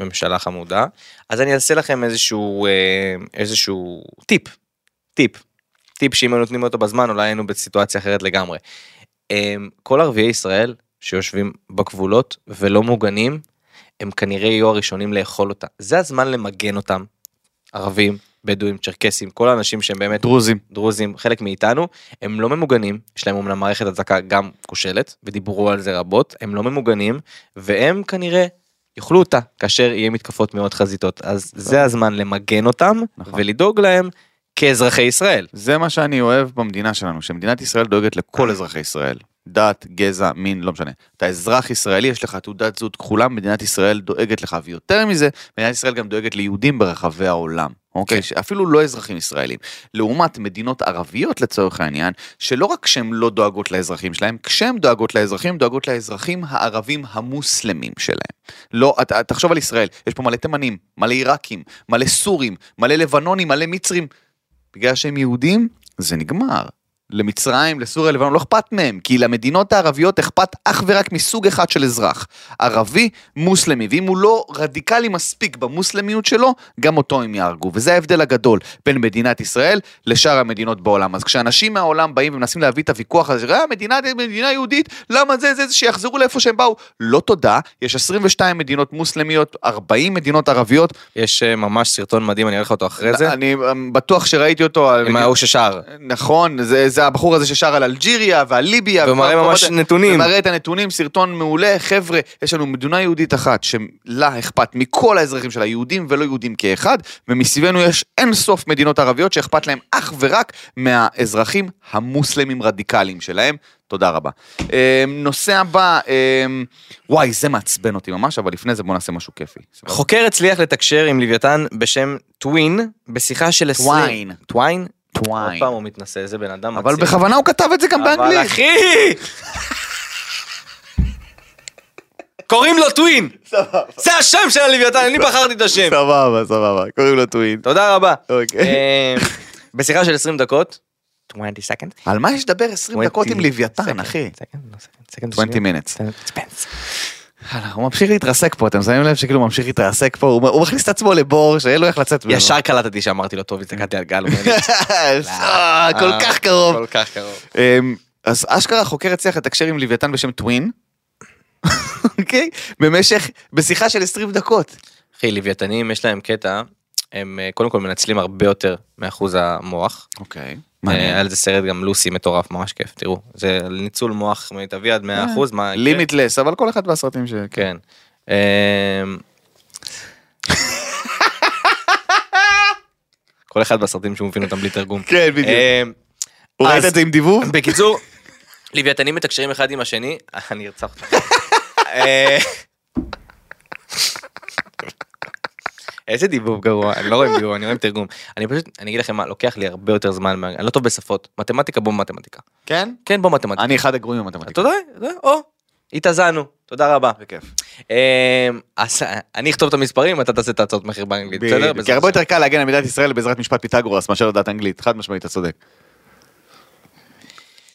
S3: ממשלה חמודה, אז אני אעשה לכם איזשהו, אה, איזשהו טיפ, טיפ, טיפ שאם היו נותנים אותו בזמן, אולי היינו בסיטואציה אחרת לגמרי. אה, כל ערביי ישראל שיושבים בגבולות ולא מוגנים, הם כנראה יהיו הראשונים לאכול אותה. זה הזמן למגן אותם, ערבים, בדואים, צ'רקסים, כל האנשים שהם באמת...
S2: דרוזים.
S3: דרוזים, חלק מאיתנו, הם לא ממוגנים, יש להם אומנם מערכת הצדקה גם כושלת, ודיברו על זה רבות, הם לא ממוגנים, והם כנראה יאכלו אותה כאשר יהיה מתקפות מאוד חזיתות. אז זה הזמן למגן אותם,
S2: נכון.
S3: ולדאוג להם כאזרחי ישראל.
S2: זה מה שאני אוהב במדינה שלנו, שמדינת ישראל דואגת לכל אזרחי ישראל. דת, גזע, מין, לא משנה. אתה אזרח ישראלי, יש לך תעודת זהות כחולה, מדינת ישראל דואגת לך. ויותר מזה, מדינת ישראל גם דואגת ליהודים ברחבי העולם. אוקיי? שאפילו לא אזרחים ישראלים. לעומת מדינות ערביות לצורך העניין, שלא רק שהן לא דואגות לאזרחים שלהם, כשהן דואגות לאזרחים, דואגות לאזרחים הערבים המוסלמים שלהם. לא, ת- תחשוב על ישראל, יש פה מלא תימנים, מלא עיראקים, מלא סורים, מלא לבנונים, מלא מצרים. בגלל שהם יהודים, זה נגמר. למצרים, לסוריה, לבנון, לא אכפת מהם, כי למדינות הערביות אכפת אך ורק מסוג אחד של אזרח, ערבי מוסלמי, ואם הוא לא רדיקלי מספיק במוסלמיות שלו, גם אותו הם יהרגו, וזה ההבדל הגדול בין מדינת ישראל לשאר המדינות בעולם. אז כשאנשים מהעולם באים ומנסים להביא את הוויכוח הזה, "אה, מדינה, מדינה יהודית, למה זה, זה, זה, שיחזרו לאיפה שהם באו, לא תודה, יש 22 מדינות מוסלמיות, 40 מדינות ערביות,
S3: יש אה, ממש סרטון מדהים, אני אראה לך אותו אחרי זה,
S2: אני אה, בטוח שראיתי אמ, אותו, על
S3: עם ההוא ששר.
S2: נכון, זה, זה זה הבחור הזה ששר על אלג'יריה ועל ליביה.
S3: ומראה
S2: וכל
S3: ממש
S2: זה.
S3: נתונים.
S2: ומראה את הנתונים, סרטון מעולה. חבר'ה, יש לנו מדינה יהודית אחת שלה אכפת מכל האזרחים שלה, יהודים ולא יהודים כאחד, ומסביבנו יש אין סוף מדינות ערביות שאכפת להם אך ורק מהאזרחים המוסלמים רדיקליים שלהם. תודה רבה. אה, נושא הבא, אה, וואי, זה מעצבן אותי ממש, אבל לפני זה בוא נעשה משהו כיפי. סבבה?
S3: חוקר הצליח לתקשר עם לוויתן בשם טווין בשיחה של 20...
S2: טוויין.
S3: טווין? עוד
S2: טוויין.
S3: פעם הוא מתנשא, איזה בן אדם
S2: אבל
S3: מציל.
S2: בכוונה הוא כתב את זה גם באנגלית.
S3: אבל אחי! קוראים לו טווין! זה השם של הלוויתן, אני בחרתי את השם.
S2: סבבה, סבבה, קוראים לו טווין.
S3: תודה רבה.
S2: אוקיי.
S3: אה, בשיחה של 20 דקות. 20 seconds.
S2: על מה יש לדבר 20 דקות עם לוויתן, אחי? 20 minutes. הלאה, הוא ממשיך להתרסק פה, אתם שמים לב שכאילו הוא ממשיך להתרסק פה, הוא הוא מכניס את עצמו לבור שאין לו איך לצאת ממנו.
S3: ישר קלטתי שאמרתי לו טוב, הסתכלתי על גל. הוא אומר לי,
S2: אה, כל כך קרוב.
S3: כל כך קרוב.
S2: אמ, אז אשכרה החוקר הצליח לתקשר עם לוויתן בשם טווין, אוקיי? במשך, בשיחה של 20 דקות.
S3: אחי, לוויתנים יש להם קטע, הם אה, קודם כל מנצלים הרבה יותר מאחוז המוח.
S2: אוקיי.
S3: אה, היה על זה סרט גם לוסי מטורף, ממש כיף, תראו. זה ניצול מוח מיטבי עד 100%.
S2: אה.
S3: מה-
S2: לימיטלס, אבל כל אחד מהסרטים ש...
S3: אה, כן. אמ, כל אחד בסרטים שהוא מבין אותם בלי תרגום.
S2: כן, בדיוק.
S3: אמ,
S2: הוא
S3: אז-
S2: ראית את זה עם דיבוב?
S3: בקיצור, לוויתנים מתקשרים אחד עם השני, אני ארצח אותך. אה, איזה דיבוב גרוע, אני לא רואה עם דיבוב, אני רואה עם תרגום. אני פשוט, אני אגיד לכם מה, לוקח לי הרבה יותר זמן, מה- אני לא טוב בשפות. מתמטיקה בוא מתמטיקה.
S2: כן.
S3: כן בוא מתמטיקה.
S2: אני אחד הגרועים
S3: אתה
S2: במתמטיקה.
S3: יודע, זה, או, התאזנו, תודה רבה.
S2: בכיף.
S3: אמ, אז אני אכתוב את המספרים, אתה תעשה את ההצעות מחיר באנגלית, בסדר?
S2: בדיוק, כי הרבה יותר קל להגן על מדינת ישראל בעזרת משפט פיתגורס מאשר לדעת אנגלית, חד משמעית, אתה צודק.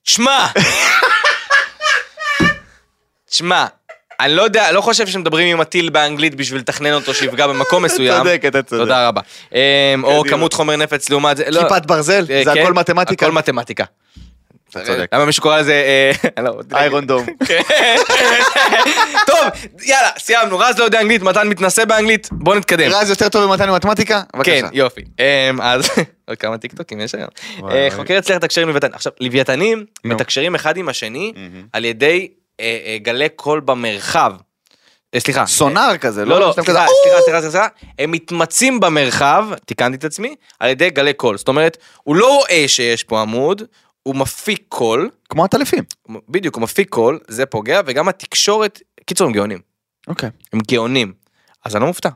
S3: שמע! שמע, אני לא יודע, לא חושב שמדברים עם הטיל באנגלית בשביל לתכנן אותו שיפגע במקום מסוים.
S2: צודק, אתה צודק.
S3: תודה רבה. אמ, או
S2: קדימה.
S3: כמות חומר נפץ לעומת זה. לא.
S2: כיפת ברזל,
S3: אה,
S2: זה
S3: כן,
S2: הכל מתמטיקה.
S3: הכל מתמטיקה.
S2: אתה צודק.
S3: למה מישהו קורא לזה... אה, לא,
S2: איירון דום. אה,
S3: טוב, יאללה, סיימנו. רז לא יודע אנגלית, מתן מתנשא באנגלית, בוא נתקדם.
S2: רז יותר טוב במתן במתמטיקה?
S3: כן,
S2: בבקשה.
S3: יופי. אמ, אז, עוד כמה טיקטוקים יש היום. אה, חוקר הצליח לתקשר עם לוויתן. עכשיו, לוויתנים
S2: נו.
S3: מתקשרים אחד עם השני
S2: Mm-hmm.
S3: על ידי אה, אה, גלי קול במרחב. אה, סליחה.
S2: סונאר כזה,
S3: לא, לא,
S2: שאתם
S3: סליחה,
S2: כזה,
S3: סליחה, סליחה, סליחה, הם מתמצים במרחב, תיקנתי את עצמי, על ידי גלי קול. זאת אומרת, הוא לא רואה שיש פה עמוד, הוא מפיק קול,
S2: "או!" כמו הטלפים.
S3: בדיוק, הוא מפיק קול, זה פוגע, וגם התקשורת, קיצור, הם גאונים.
S2: אוקיי.
S3: הם גאונים. אז אני לא מופתע.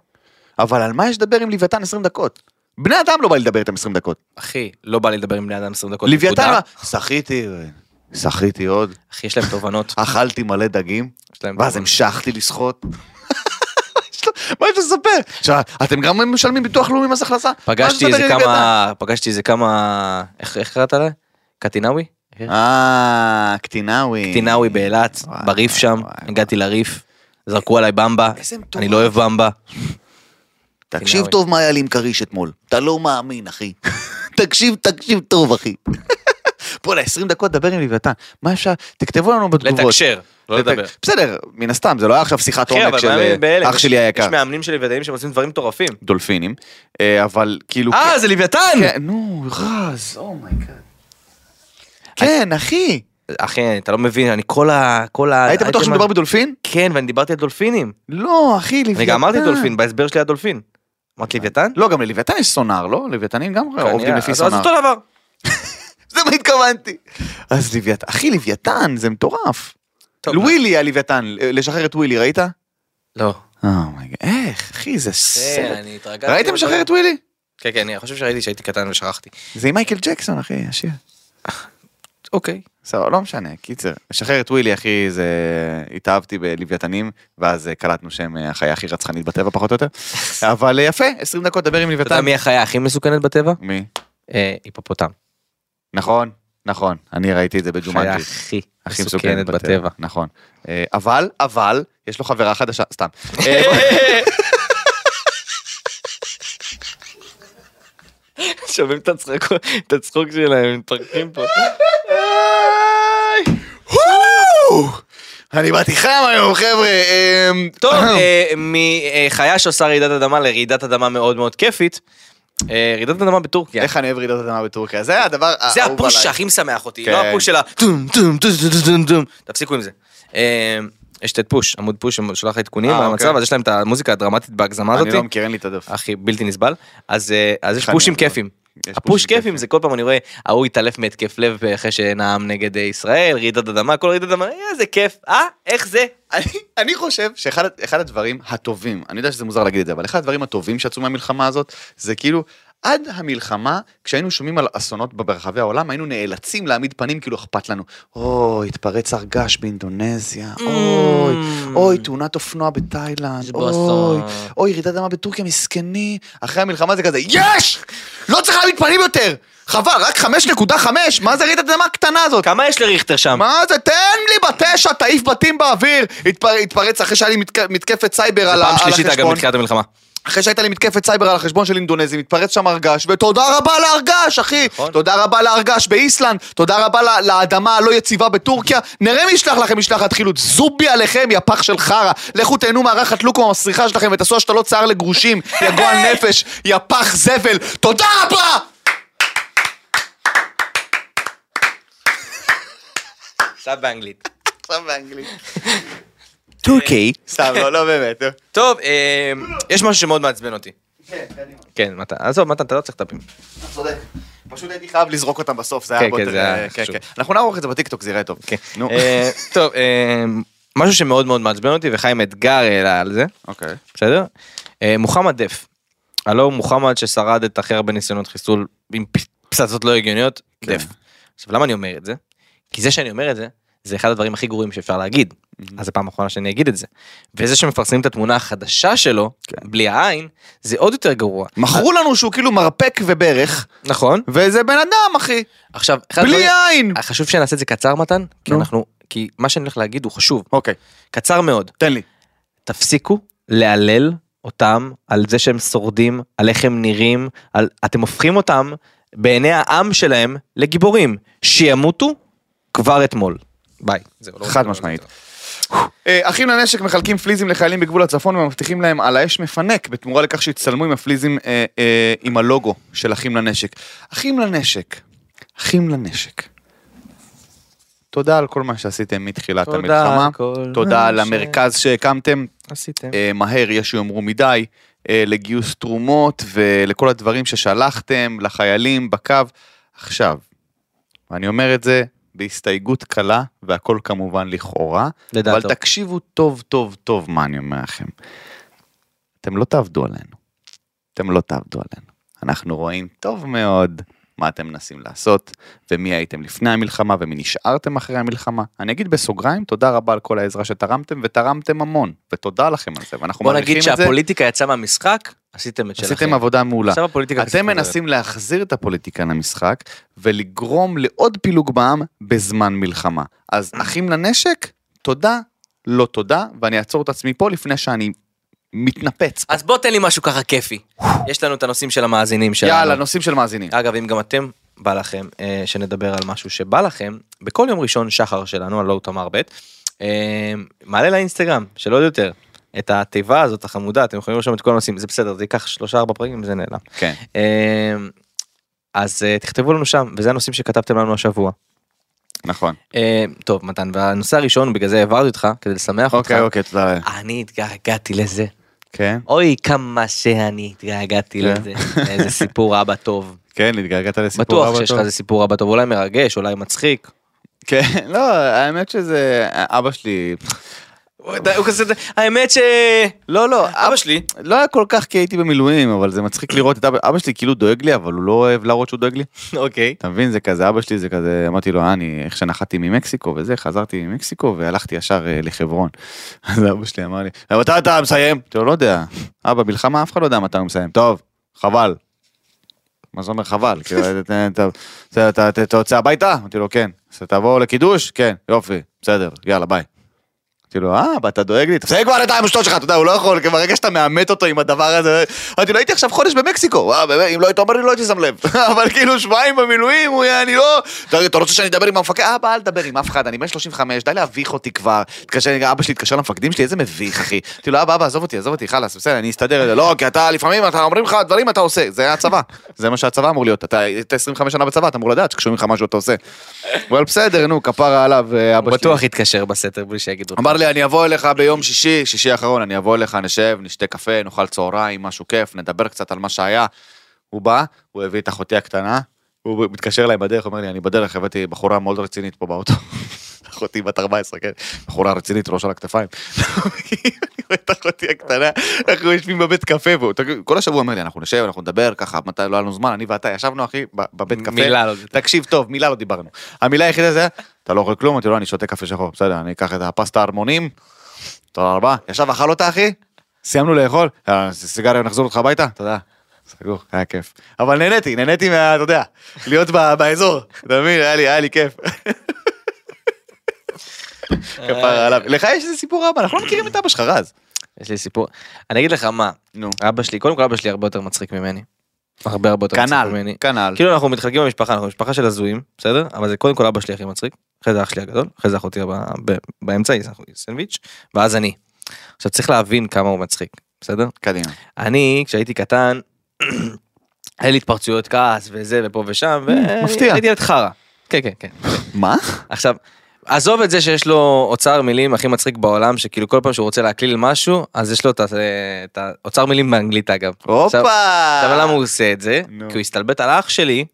S2: אבל על מה יש לדבר עם לוויתן 20 דקות? בני אדם לא בא לדבר איתם 20 דקות.
S3: אחי, לא בא לי לדבר עם בני אדם 20 דקות.
S2: לוויתן,
S3: נקודה.
S2: אמר, סחיתי, סחיתי עוד,
S3: אחי, יש להם תובנות.
S2: אכלתי מלא דגים,
S3: יש להם
S2: ואז
S3: תובנות.
S2: המשכתי לשחות. יש לו- מה יש לספר? עכשיו, אתם גם משלמים ביטוח לאומי מס הכנסה? מה יש
S3: פגשתי
S2: לדבר
S3: איזה
S2: עם לוויתן?
S3: כמה, פגשתי איזה כמה, איך איך קראת לה? קטינאווי?
S2: אה, קטינאווי.
S3: קטינאווי באילת,
S2: וואי,
S3: בריף שם,
S2: וואי, וואי.
S3: הגעתי לריף, זרקו עליי במבה,
S2: איזה מטורף.
S3: אני לא אוהב במבה.
S2: תקשיב
S3: קטינאווי.
S2: טוב מה היה לי עם כריש אתמול. אתה לא מאמין, אחי. תקשיב, תקשיב טוב, אחי. בוא'נה, 20 דקות דבר עם לוויתן. מה אפשר? תכתבו לנו בתגובות.
S3: לתקשר,
S2: לתק-
S3: לא לדבר.
S2: בסדר, מן הסתם, זה לא היה עכשיו שיחת
S3: אחי,
S2: עומק
S3: אבל
S2: של
S3: מאמנים
S2: אה,
S3: בהלם.
S2: אח שלי היקר.
S3: יש מאמנים שלי ודאים שהם עושים דברים מטורפים.
S2: דולפינים. אה, אבל כאילו...
S3: אה,
S2: כן-
S3: זה לוויתן!
S2: כן, נו, רז, אומייגאד. כן, אחי.
S3: אחי, אתה לא מבין, אני כל ה... כל ה...
S2: היית בטוח
S3: אה, הייתי
S2: שמדובר
S3: מה-
S2: בדולפין?
S3: כן, ואני דיברתי על דולפינים.
S2: לא, אחי, לוויתן.
S3: אני גם אמרתי דולפין, בהסבר שלי היה דולפין. אמרתי לוויתן?
S2: לא, גם ללוויתן יש סונאר, לא? לוויתנים גם עובדים
S3: כנראה.
S2: לפי
S3: אז- אז
S2: סונאר.
S3: אותו דבר.
S2: זה מה התכוונתי. אז לוויתן, אחי, לוויתן, זה מטורף.
S3: טוב,
S2: ווילי היה לוויתן, אה, לשחרר את ווילי, ראית?
S3: לא.
S2: אומייגאד, איך, אחי, זה סרט.
S3: כן, אני התרגלתי.
S2: ראיתם לשחרר את ווילי?
S3: כן, כן, אני חושב שראיתי שהייתי קטן ושכחתי.
S2: זה עם מייקל ג'קסון, אחי, השיר.
S3: אוקיי.
S2: סבבה, לא משנה, קיצר. לשחרר את ווילי, אחי, זה... התאהבתי בלוויתנים, ואז אה, קלטנו שהם אה, החיה הכי רצחנית בטבע, פחות או יותר. אבל אה, יפה, 20 דקות דבר עם
S3: אתה
S2: לוויתן.
S3: יודע מי החיה הכי מסוכנת בטבע?
S2: מי?
S3: אה, היפופוטם.
S2: נכון, נכון, אני ראיתי את זה
S3: חיה
S2: בג'ומנג'י.
S3: הכי
S2: הכי
S3: מסוכנת בטבע.
S2: נכון. אה, אבל, אבל, יש לו חברה חדשה, סתם. אה,
S3: שומעים את הצחוק- את הצחוק שלהם, הם מתפרקים פה.
S2: וואו! אני באתי חם היום, חבר'ה. אמ,
S3: אה, טוב, אה, מחיה שעושה רעידת אדמה לרעידת אדמה מאוד מאוד כיפית, אה, רעידת אדמה בטורקיה.
S2: איך אני אוהב רעידות אדמה בטורקיה? זה הדבר
S3: זה
S2: האהוב
S3: הפוש
S2: כן. עליי.
S3: שהכי משמח אותי,
S2: כן.
S3: לא הפוש של ה... טום, טום, טום, טום, טום, טום. תפסיקו עם זה. אה, יש את פוש, עמוד פוש ששולח עדכונים
S2: אה,
S3: על
S2: אוקיי.
S3: המצב, אז יש להם את המוזיקה הדרמטית בהגזמה הזאת.
S2: אני לא מכיר, אין לי את הדף.
S3: הכי בלתי נסבל אז אה, אז יש
S2: איך אני
S3: פושים
S2: אעזור?
S3: כיפים.
S2: יש
S3: הפוש
S2: פושים
S3: כיפים
S2: כיפים.
S3: זה כל פעם אני רואה ההוא התעלף מהתקף לב אחרי שנאם נגד אה, ישראל רעידת אדמה כל רעידת אדמה "אה, איזה כיף אה איך זה
S2: אני, אני חושב שאחד אחד הדברים הטובים, אני יודע שזה מוזר להגיד את זה, אבל אחד הדברים הטובים שיצאו מהמלחמה הזאת, זה כאילו, עד המלחמה, כשהיינו שומעים על אסונות ברחבי העולם, היינו נאלצים להעמיד פנים כאילו אכפת לנו. אוי, התפרץ הר געש באינדונזיה, אוי, אוי, תאונת אופנוע בתאילנד, אוי, אוי, רעידת אדמה בטורקיה, מסכני. אחרי המלחמה זה כזה, יש! לא צריך להעמיד פנים יותר! חבל, רק 5.5, מה זה רעידת אדמה הקטנה הזאת?
S3: כמה יש לריכטר שם
S2: מה זה? תן לי בתשע, תעיף בתים באוויר. התפר, התפרץ אחרי שהיה לי מתק... מתקפת סייבר על, ה-
S3: פעם
S2: על
S3: שלישית אגב
S2: החשבון.
S3: מתחילת המלחמה.
S2: אחרי שהייתה לי מתקפת סייבר על החשבון של אינדונזים, התפרץ שם הרגש, ותודה רבה להרגש, אחי.
S3: נכון.
S2: תודה רבה להרגש באיסלנד, תודה רבה לה, לאדמה הלא יציבה בטורקיה. נראה מי ישלח לכם משלחת חילוץ. זובי עליכם, יא פח של חרא. לכו תהנו מהרחת לוקום המסריחה שלכם ותעשו השתלות שיער לגרושים, יא גועל נפש, יא פח זבל. תודה רבה!
S3: עכשיו באנגלית.
S2: עכשיו באנגלית.
S3: טורקי.
S2: סתם, לא, לא באמת.
S3: טוב אה, יש משהו שמאוד מעצבן אותי. כן מתן עזוב מתן אתה לא צריך דפים.
S2: צודק. פשוט הייתי חייב לזרוק אותם בסוף, זה היה
S3: כן,
S2: הרבה
S3: כן,
S2: יותר...
S3: זה היה
S2: אה, כן,
S3: חשוב.
S2: כן. אנחנו נערוך את זה בטיקטוק, זה יראה טוב.
S3: כן.
S2: נו.
S3: אה, טוב אה, משהו שמאוד מאוד מעצבן אותי וחיים אתגר העלה על זה.
S2: אוקיי.
S3: בסדר? אה, מוחמד דף. הלו הוא מוחמד ששרד את הכי הרבה ניסיונות חיסול עם פ- פצצות לא הגיוניות,
S2: כן.
S3: דף. עכשיו למה אני אומר את זה? כי זה שאני אומר את זה, זה אחד הדברים הכי גרועים שאפשר להגיד. אז זו פעם אחרונה שאני אגיד את זה. וזה שמפרסמים את התמונה החדשה שלו,
S2: כן.
S3: בלי העין, זה עוד יותר גרוע.
S2: מכרו לנו שהוא כאילו מרפק וברך,
S3: נכון.
S2: וזה בן אדם, אחי.
S3: עכשיו, אחד
S2: בלי
S3: הדברים- אה,
S2: עין.
S3: חשוב שנעשה את זה קצר מתן, כי
S2: נו.
S3: אנחנו, כי מה שאני הולך להגיד הוא חשוב.
S2: אוקיי,
S3: קצר מאוד.
S2: תן לי.
S3: תפסיקו להלל אותם על זה שהם שורדים, על איך הם נראים, על... אתם הופכים אותם בעיני העם שלהם לגיבורים, שימותו כבר אתמול. ביי. זהו, לא
S2: חד
S3: רוצה-
S2: משמעית. אה, אחים לנשק מחלקים פליזים לחיילים בגבול הצפון ומבטיחים להם על האש מפנק בתמורה לכך שיצטלמו עם הפליזים אה, אה, עם הלוגו של אחים לנשק. אחים לנשק. אחים לנשק. תודה על כל מה שעשיתם מתחילת
S3: תודה
S2: המלחמה.
S3: על כל
S2: תודה
S3: מה
S2: על
S3: ש-
S2: המרכז שהקמתם.
S3: עשיתם.
S2: אה, מהר, יש שיאמרו מדי, אה, לגיוס תרומות ולכל הדברים ששלחתם לחיילים בקו. עכשיו, אני אומר את זה בהסתייגות קלה, והכל כמובן לכאורה,
S3: לדעתו.
S2: אבל תקשיבו טוב טוב טוב מה אני אומר לכם. אתם לא תעבדו עלינו. אתם לא תעבדו עלינו. אנחנו רואים טוב מאוד מה אתם מנסים לעשות, ומי הייתם לפני המלחמה ומי נשארתם אחרי המלחמה. אני אגיד בסוגריים, תודה רבה על כל העזרה שתרמתם, ותרמתם המון, ותודה לכם על זה, ואנחנו
S3: בוא
S2: מעריכים
S3: נגיד
S2: את זה.
S3: שהפוליטיקה יצאה מהמשחק, עשיתם את שלכם.
S2: עשיתם עבודה מעולה.
S3: עכשיו הפוליטיקה...
S2: אתם מנסים להחזיר את הפוליטיקה למשחק ולגרום לעוד פילוג בעם בזמן מלחמה. אז אחים לנשק, תודה, לא תודה, ואני אעצור את עצמי פה לפני שאני מתנפץ.
S3: אז בוא תן לי משהו ככה כיפי. יש לנו את הנושאים של המאזינים שלנו.
S2: יאללה, נושאים של מאזינים.
S3: אגב, אם גם אתם בא לכם אה, שנדבר על משהו שבא לכם, בכל יום ראשון שחר שלנו, הלא הוא תמר ב', אה, מעלה לאינסטגרם של עוד יותר. את התיבה הזאת החמודה אתם יכולים לרשום את כל הנושאים זה בסדר זה ייקח שלושה ארבע פרקים וזה נעלם.
S2: כן.
S3: אה, אז אה, תכתבו לנו שם וזה הנושאים שכתבתם לנו השבוע.
S2: נכון.
S3: אה, טוב מתן והנושא הראשון בגלל זה העברתי אותך כדי לשמח אותך.
S2: אוקיי, אוקיי, תודה.
S3: אני התגעגעתי לזה.
S2: כן,
S3: אוי כמה שאני התגעגעתי
S2: כן.
S3: לזה. איזה סיפור אבא טוב.
S2: כן, התגעגעת לסיפור
S3: בטוח
S2: אבא
S3: שיש לך
S2: טוב.
S3: איזה סיפור אבא טוב אולי מרגש אולי מצחיק.
S2: כן, לא, האמת שזה... אבא שלי...
S3: הוא כזה האמת ש...
S2: לא, לא,
S3: אבא שלי.
S2: לא היה כל כך כי הייתי במילואים, אבל זה מצחיק לראות את אבא, אבא שלי כאילו דואג לי, אבל הוא לא אוהב להראות שהוא דואג לי.
S3: אוקיי.
S2: אתה מבין זה כזה אבא שלי זה כזה אמרתי לו "אה, אני איך שנחתי ממקסיקו וזה חזרתי ממקסיקו והלכתי ישר אה, לחברון. אז אבא שלי אמר לי "אה, מתי אתה מסיים? אמרתי לו לא יודע אבא מלחמה אף אחד לא יודע מתי הוא מסיים טוב חבל. מה זה אומר חבל כאילו "אתה- אתה- אתה- אתה- אתה- אתה יוצא הביתה? אמרתי לו כן. אז תבוא לקידוש? כן יופי בסדר יאללה ביי. כאילו, אה, ואתה דואג לי? תפסיק כבר את העמושתות שלך, אתה יודע, הוא לא יכול, כי ברגע שאתה מעמת אותו עם הדבר הזה, אמרתי לו, הייתי עכשיו חודש במקסיקו, "וואו, באמת, אם לא היית אומר לי, לא הייתי שם לב. אבל כאילו, שבועיים במילואים, הוא היה, אני לא... "אתה- אתה רוצה שאני אדבר עם המפקד? אבא, אל תדבר עם אף אחד, אני בן 35, די להביך אותי כבר. התקשר- אבא שלי התקשר למפקדים שלי, איזה מביך, אחי. אמרתי לו, אבא, אבא, עזוב אותי, עזוב אותי, חלאס, בסדר, אני אסתדר. זה, לא, כי אתה, לפעמים, אתה אומרים לך דברים, אתה עושה. זה הצבא. זה מה שהצבא אמור להיות. אתה היית 25 שנה בצבא, אתה אמור לדעת שכשאומרים לך משהו אתה עושה. אבל בסדר, נו, כפרה עליו, אה, אבא
S3: הוא
S2: שלי.
S3: בטוח יתקשר בסתר בלי שיגידו.
S2: אמר לי, אני אבוא אליך ביום שישי, שישי האחרון, אני אבוא אליך, נשב, נשתה קפה, נאכל צהריים, משהו כיף, נדבר קצת על מה שהיה. הוא בא, הוא הביא את אחותי הקטנה, הוא מתקשר אליי בדרך, אומר לי, אני בדרך, הבאתי בחורה מאוד רצינית פה באוטו. אחותי בת 14, כן? בחורה רצינית, ראש על הכתפיים. אני רואה את אחותי הקטנה, אנחנו יושבים בבית קפה, והוא, תגיד, כל השבוע אומר לי, אנחנו נשב, אנחנו נדבר, ככה, מתי לא היה לנו זמן, אני ואתה ישבנו, אחי, ב- בבית קפה.
S3: מילה לא...
S2: תקשיב טוב, מילה לא דיברנו. המילה היחידה זה, היה, אתה לא אוכל כלום, אמרתי לו, אני שותה קפה שחור, בסדר, אני אקח את הפסטה הרמונים, תודה רבה. ישב, אכל אותה, אחי? סיימנו לאכול? "אה, סיגריה, נחזור אותך הביתה? תודה. סגור, היה כיף. אבל נהניתי, נהניתי מה... אתה יודע, להיות ב- באזור, אתה מבין? היה לי, היה לי כיף.
S3: אה,
S2: כפרה עליו. לך יש איזה סיפור אבא, אנחנו לא מכירים את אבא שלך, רז.
S3: יש לי סיפור. אני אגיד לך מה,
S2: נו.
S3: אבא שלי, קודם כל אבא שלי הרבה יותר מצחיק ממני. הרבה הרבה יותר מצחיק
S2: כנ"ל,
S3: ממני.
S2: כנ"ל.
S3: כאילו אנחנו מתחלקים במשפחה, אנחנו משפחה של הזויים, בסדר? אבל זה קודם כל אבא שלי הכי מצחיק, אחרי זה אח שלי הגדול, אחרי זה אחותי הבא- ב- באמצע, היא סנדוויץ', ואז אני. עכשיו צריך להבין כמה הוא מצחיק, בסדר?
S2: קדימה.
S3: אני, כשהייתי קטן, היה לי התפרצויות כעס וזה ופה ושם, ו-
S2: Hmm, מפתיע.
S3: הייתי ילד חרא. כן, כן, כן.
S2: מה?
S3: עכשיו, עזוב את זה שיש לו אוצר מילים הכי מצחיק בעולם, שכאילו כל פעם שהוא רוצה להקליל משהו, אז יש לו את ה- את האוצר מילים באנגלית אגב. עכשיו, עכשיו למה הוא עושה את זה?
S2: נו.
S3: כי הוא הסתלבט על אח שלי.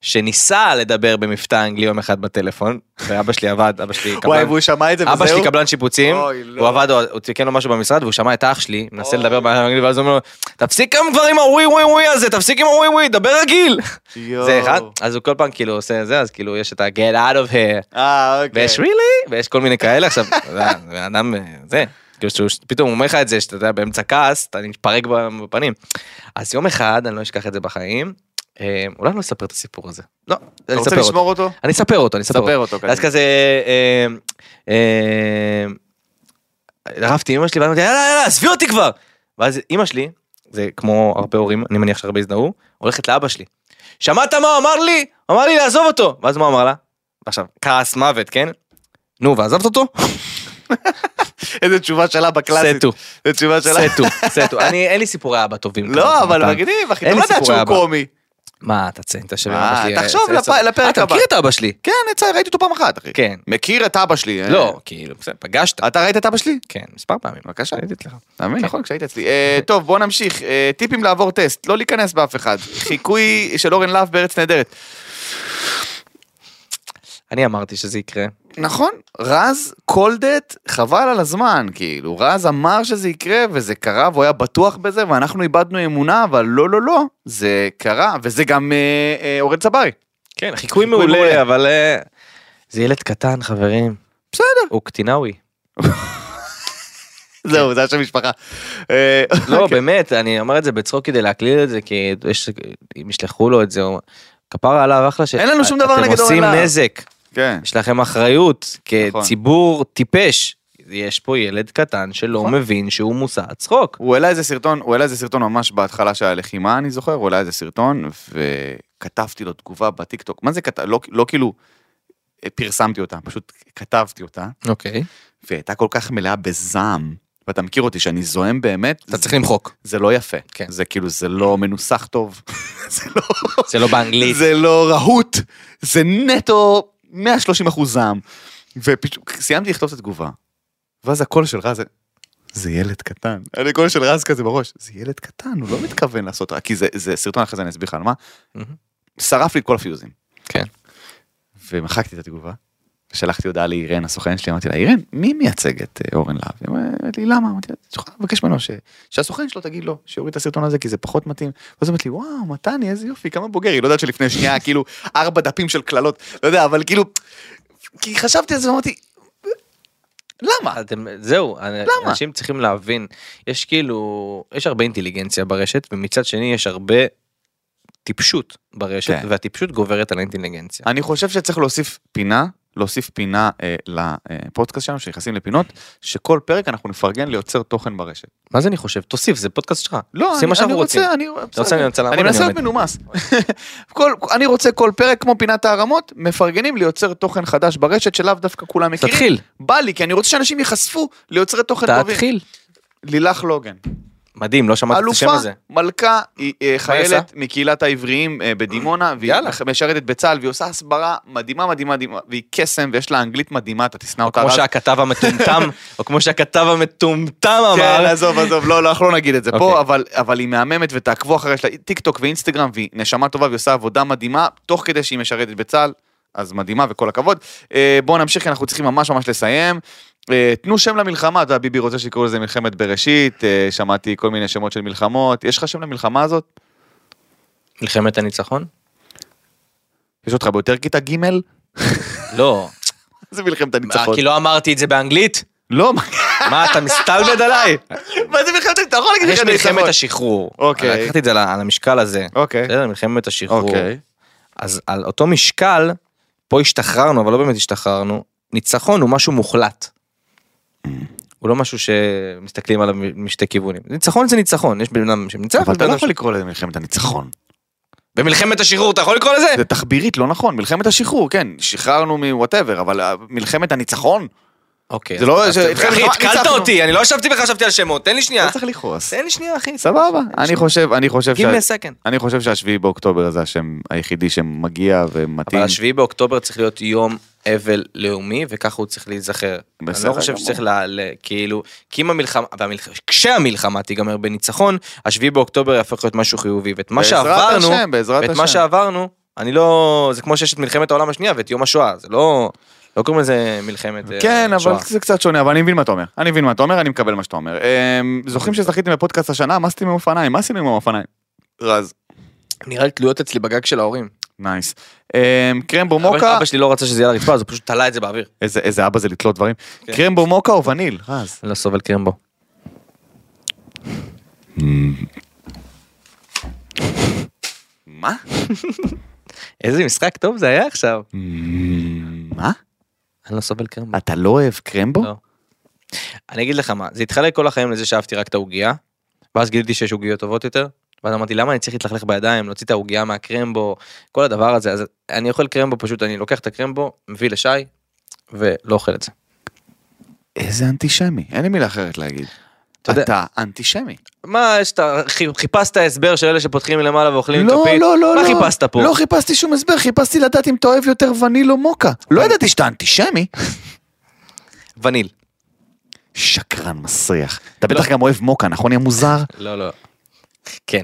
S3: שניסה לדבר במבטא אנגלי יום אחד בטלפון, ואבא שלי עבד, אבא שלי
S2: וואי,
S3: קבלן,
S2: והוא שמע את זה וזהו?
S3: אבא שלי קבלן שיפוצים,
S2: אוי, לא.
S3: הוא עבד, הוא תיקן לו משהו במשרד והוא שמע את אח שלי, מנסה לדבר באנגלית, ואז הוא אומר לו, תפסיק גם כבר עם הווי ווי ווי הזה, תפסיק עם הווי ווי, דבר רגיל.
S2: יואו.
S3: זה אחד, אז הוא כל פעם כאילו עושה זה, אז כאילו יש את ה-get out of here.
S2: אה, אוקיי.
S3: ויש really, ויש כל מיני כאלה, עכשיו, אתה יודע, בן אדם, אה, זה, כאילו שהוא, פתאום הוא אומר לך את זה, שאתה יודע, באמצע כעס, אתה מתפרק ב- בפנים. אז יום אחד, אני לא אשכח את זה בחיים, אה, אולי אני לא אספר את הסיפור הזה. לא,
S2: אתה
S3: אני
S2: רוצה
S3: אספר אותו.
S2: לשמור אותו?
S3: אני אספר אותו, אני אספר
S2: ספר
S3: אותו.
S2: אותו כן.
S3: אז כזה, אה, אה, ערפתי עם אמא שלי, ואז אמרתי, יאללה, יאללה, עזבי אותי כבר. ואז אמא שלי, זה כמו הרבה הורים, אני מניח שהרבה הזדהו, הולכת לאבא שלי. שמעת מה הוא אמר לי? הוא אמר לי לעזוב אותו. ואז מה הוא אמר לה? עכשיו, כעס מוות, כן? נו, ועזבת אותו?
S2: איזה תשובה שלה בקלאסית.
S3: סטו,
S2: זו תשובה שלה.
S3: סטו, סטו. אני, אין לי סיפורי אבא טובים.
S2: לא,
S3: כאלה,
S2: אבל
S3: מתן.
S2: מגניב, אחי,
S3: אין
S2: אתה לא
S3: לי
S2: יודעת
S3: סיפורי
S2: שהוא
S3: אבא.
S2: קומי.
S3: מה, אתה צא, אתה יושב עם
S2: אה,
S3: אבא שלי.
S2: תחשוב
S3: אה,
S2: לפ- לפרק
S3: אה, אתה
S2: הבא.
S3: מכיר את אבא שלי?
S2: כן, יצא, ראיתי אותו פעם אחת, אחי.
S3: כן.
S2: מכיר את אבא שלי. אה?
S3: לא, כאילו, בסדר, פגשת.
S2: אתה ראית את אבא שלי?
S3: כן, מספר פעמים. בבקשה. ראיתי לך.
S2: אתה מבין? נכון, כשהיית אצלי. אה, טוב, בוא נמשיך. אה, טיפים לעבור טסט, לא להיכנס באף אחד. חיקוי של אורן להב בארץ נהדרת.
S3: אני אמרתי שזה יקרה.
S2: נכון, רז קולדט, חבל על הזמן, כאילו, רז אמר שזה יקרה, וזה קרה, והוא היה בטוח בזה, ואנחנו איבדנו אמונה, אבל לא, לא, לא, זה קרה, וזה גם אה, אה, אורן צברי.
S3: כן, חיקוי
S2: מעולה.
S3: מעולה, אבל... אה, זה ילד קטן, חברים.
S2: בסדר.
S3: הוא קטינאווי.
S2: זהו, זה השם משפחה. אה,
S3: לא, באמת, אני אומר את זה בצחוק כדי להקליל את זה, כי יש- אם ישלחו לו את זה, הוא- כפרה עליו, אחלה ש...
S2: אין לנו שום דבר נגד אורן
S3: אתם עושים
S2: להב.
S3: נזק,
S2: כן.
S3: יש לכם אחריות,
S2: נכון.
S3: כציבור טיפש. יש פה ילד קטן שלא מבין שהוא מושא הצחוק.
S2: הוא העלה איזה סרטון, הוא העלה איזה סרטון ממש בהתחלה של הלחימה, אני זוכר, הוא העלה איזה סרטון, וכתבתי לו תגובה בטיקטוק. מה זה כתב? לא, לא כאילו אה, פרסמתי אותה, פשוט כתבתי אותה,
S3: אוקיי.
S2: והיא הייתה כל כך מלאה בזעם. ואתה מכיר אותי, שאני זועם באמת,
S3: אתה צריך למחוק.
S2: זה לא יפה.
S3: כן.
S2: זה כאילו, זה לא מנוסח טוב, זה לא...
S3: זה לא באנגלית.
S2: זה לא רהוט, זה נטו 130 אחוז זעם. ופשוט סיימתי לכתוב את התגובה, ואז הקול של רז, זה ילד קטן. היה לי קול של רז כזה בראש, זה ילד קטן, הוא לא מתכוון לעשות רע, כי זה, זה סרטון אחרי זה אני אסביר לך על מה.
S3: מהמם.
S2: שרף לי את כל הפיוזים.
S3: כן.
S2: ומחקתי את התגובה, ושלחתי הודעה לאירן, הסוכן שלי, אמרתי לה, אירן, מי מייצג את אה, אורן להב? היא אומרת לי, למה? אמרתי לה, את יכולה לבקש ממנו ש... שהסוכן שלו תגיד לו, שיוריד את הסרטון הזה כי זה פחות מתאים. ואז היא אומרת לי, וואו, מתני, איזה יופי, כמה בוגר. היא לא יודעת שלפני שנייה, כאילו, ארבע דפים של קללות, לא יודע, אבל כאילו, כי חשבתי על זה ואמרתי, למה?
S3: אתם, זהו,
S2: למה?
S3: למה? אנשים צריכים להבין, יש כאילו, יש הרבה אינטליגנציה ברשת, ומצד שני יש הרבה טיפשות ברשת,
S2: כן.
S3: כן. והטיפשות גוברת על האינטליגנציה.
S2: אני חושב שצריך להוסיף פינה להוסיף פינה אה, לפודקאסט שלנו, שנכנסים לפינות, שכל פרק אנחנו נפרגן ליוצר תוכן ברשת.
S3: מה זה אני חושב? תוסיף, זה פודקאסט שלך.
S2: לא,
S3: עושים
S2: אני,
S3: מה שאנחנו
S2: אני
S3: רוצים.
S2: רוצה, אני,
S3: אתה רוצה, אני רוצה לעבוד,
S2: אני מנסה להיות
S3: עומד.
S2: מנומס. כל, אני רוצה כל פרק, כמו פינת הערמות, מפרגנים ליוצר תוכן חדש ברשת שלאו דווקא כולם מכירים.
S3: תתחיל.
S2: בא לי, כי אני רוצה שאנשים ייחשפו ליוצרי תוכן טובים.
S3: תתחיל.
S2: לילך לוגן.
S3: מדהים, לא שמעתי את השם
S2: אלופה,
S3: הזה.
S2: מלכה, היא אה,
S3: עושה?
S2: חיילת מקהילת העבריים אה, בדימונה, והיא
S3: יאללה.
S2: משרתת בצה"ל, והיא עושה הסברה מדהימה מדהימה מדהימה, והיא קסם, ויש לה אנגלית מדהימה, אתה תשנא אותה.
S3: כמו
S2: רז.
S3: שהכתב המטומטם, או כמו שהכתב המטומטם
S2: כן,
S3: אמר.
S2: עזוב, עזוב, לא, לא, אנחנו לא נגיד את זה פה,
S3: אוקיי.
S2: אבל, אבל היא מהממת ותעקבו אחריה, יש לה טיק טוק ואינסטגרם, והיא נשמה טובה והיא עושה עבודה מדהימה, תוך כדי שהיא משרתת בצה"ל, אז מדהימה וכל הכבוד. אה, בואו נמשיך, כי אנחנו צריכים ממש ממש לסיים. אה, תנו שם למלחמה, אתה יודע, ביבי רוצה שיקראו לזה מלחמת בראשית, אה, שמעתי כל מיני שמות של מלחמות, יש לך שם למלחמה הזאת?
S3: מלחמת הניצחון?
S2: יש אותך ביותר כיתה ג'?
S3: לא.
S2: זה מלחמת
S3: אה,
S2: הניצחון.
S3: כי לא אמרתי את זה באנגלית?
S2: לא, מה-
S3: מה, אתה מסתלבד עליי?
S2: מה זה מלחמת הניצחון? אתה יכול להגיד
S3: יש
S2: מלחמת הניצחון.
S3: מלחמת השחרור.
S2: כאילו אוקיי.
S3: לקחתי את זה על ה- על המשקל הזה.
S2: אוקיי,
S3: בסדר, מלחמת השחרור.
S2: אוקיי.
S3: אז על אותו משקל, פה השתחררנו, אבל לא באמת השתחררנו, ניצחון הוא משהו מוחלט. הוא לא משהו שמסתכלים עליו משתי כיוונים. ניצחון זה ניצחון, יש בן אדם שמניצח,
S2: אבל אתה
S3: ובן
S2: לא
S3: אדם
S2: יכול לקרוא לזה מלחמת הניצחון.
S3: במלחמת השחרור אתה יכול לקרוא לזה?
S2: זה תחבירית, לא נכון, מלחמת השחרור, כן, שחררנו מוואטאבר, אבל אה, מלחמת הניצחון?
S3: אוקיי.
S2: זה לא-
S3: אז-
S2: זה-
S3: אחי, התקלת
S2: ניצחנו.
S3: אותי, אני לא ישבתי וחשבתי על שמות, תן לי שנייה.
S2: לא צריך לכעוס.
S3: תן לי שנייה, אחי.
S2: סבבה, אני חושב, אני חושב,
S3: גיב לי
S2: שה-
S3: סקנד.
S2: אני חושב שהשביעי באוקטובר זה השם היחידי שמגיע ומתאים.
S3: אבל השביעי באוקטובר צריך להיות יום אבל לאומי, וככה הוא צריך להיזכר. אני
S2: בסדר
S3: לא חושב
S2: גמור.
S3: שצריך ל... ל- כאילו, כי אם המלחמה, והמלח- כשהמלחמה תיגמר בניצחון, השביעי באוקטובר יהפוך להיות משהו חיובי, ואת מה
S2: בעזרת
S3: שעברנו,
S2: השם, בעזרת
S3: ואת מה
S2: השם.
S3: שעברנו, אני לא... זה כמו שיש את מלחמת העולם השנייה ואת יום השואה, זה לא... לא קוראים לזה מלחמת אה,
S2: כן, אבל
S3: שואה.
S2: זה קצת שונה, אבל אני מבין מה אתה אומר. אני מבין מה אתה אומר, אני מקבל מה שאתה אומר. אמ, זוכרים שזכיתם בפודקאסט השנה? מה עשיתם עם האופניים? מה עשינו עם האופניים? רז.
S3: נראה לי תלויות אצלי בגג של ההורים.
S2: נייס. אמ, קרמבו
S3: אבל
S2: מוקה,
S3: אבא שלי לא רצה שזה יהיה על הרצפה, אז הוא פשוט תלה את זה באוויר.
S2: איזה- איזה אבא זה לתלות דברים.
S3: כן.
S2: קרמבו מוקה או וניל? רז.
S3: אני לא סובל קרמבו.
S2: מה?
S3: איזה משחק טוב זה היה עכשיו.
S2: מה?
S3: אני לא סובל קרמבו.
S2: אתה לא אוהב קרמבו?
S3: לא. אני אגיד לך מה, זה התחלק כל החיים לזה שאהבתי רק את העוגייה, ואז גיליתי שיש עוגיות טובות יותר, ואז אמרתי למה אני צריך להתלכלך בידיים, להוציא את העוגייה מהקרמבו, כל הדבר הזה, אז אני אוכל קרמבו פשוט, אני לוקח את הקרמבו, מביא לשי, ולא אוכל את זה.
S2: איזה אנטישמי, אין לי מילה אחרת להגיד.
S3: אתה יודע-
S2: אתה אנטישמי.
S3: מה, יש את ה... חי- חיפשת הסבר של אלה שפותחים מלמעלה ואוכלים עם
S2: לא,
S3: כפית?
S2: לא, לא,
S3: אה, מה
S2: לא.
S3: חיפשת פה?
S2: לא חיפשתי שום הסבר, חיפשתי לדעת אם אתה אוהב יותר וניל או מוקה. לא ידעתי שאתה אנטישמי.
S3: וניל.
S2: שקרן מסריח. אתה בטח גם אוהב מוקה, נכון, יא מוזר?
S3: לא, לא. כן.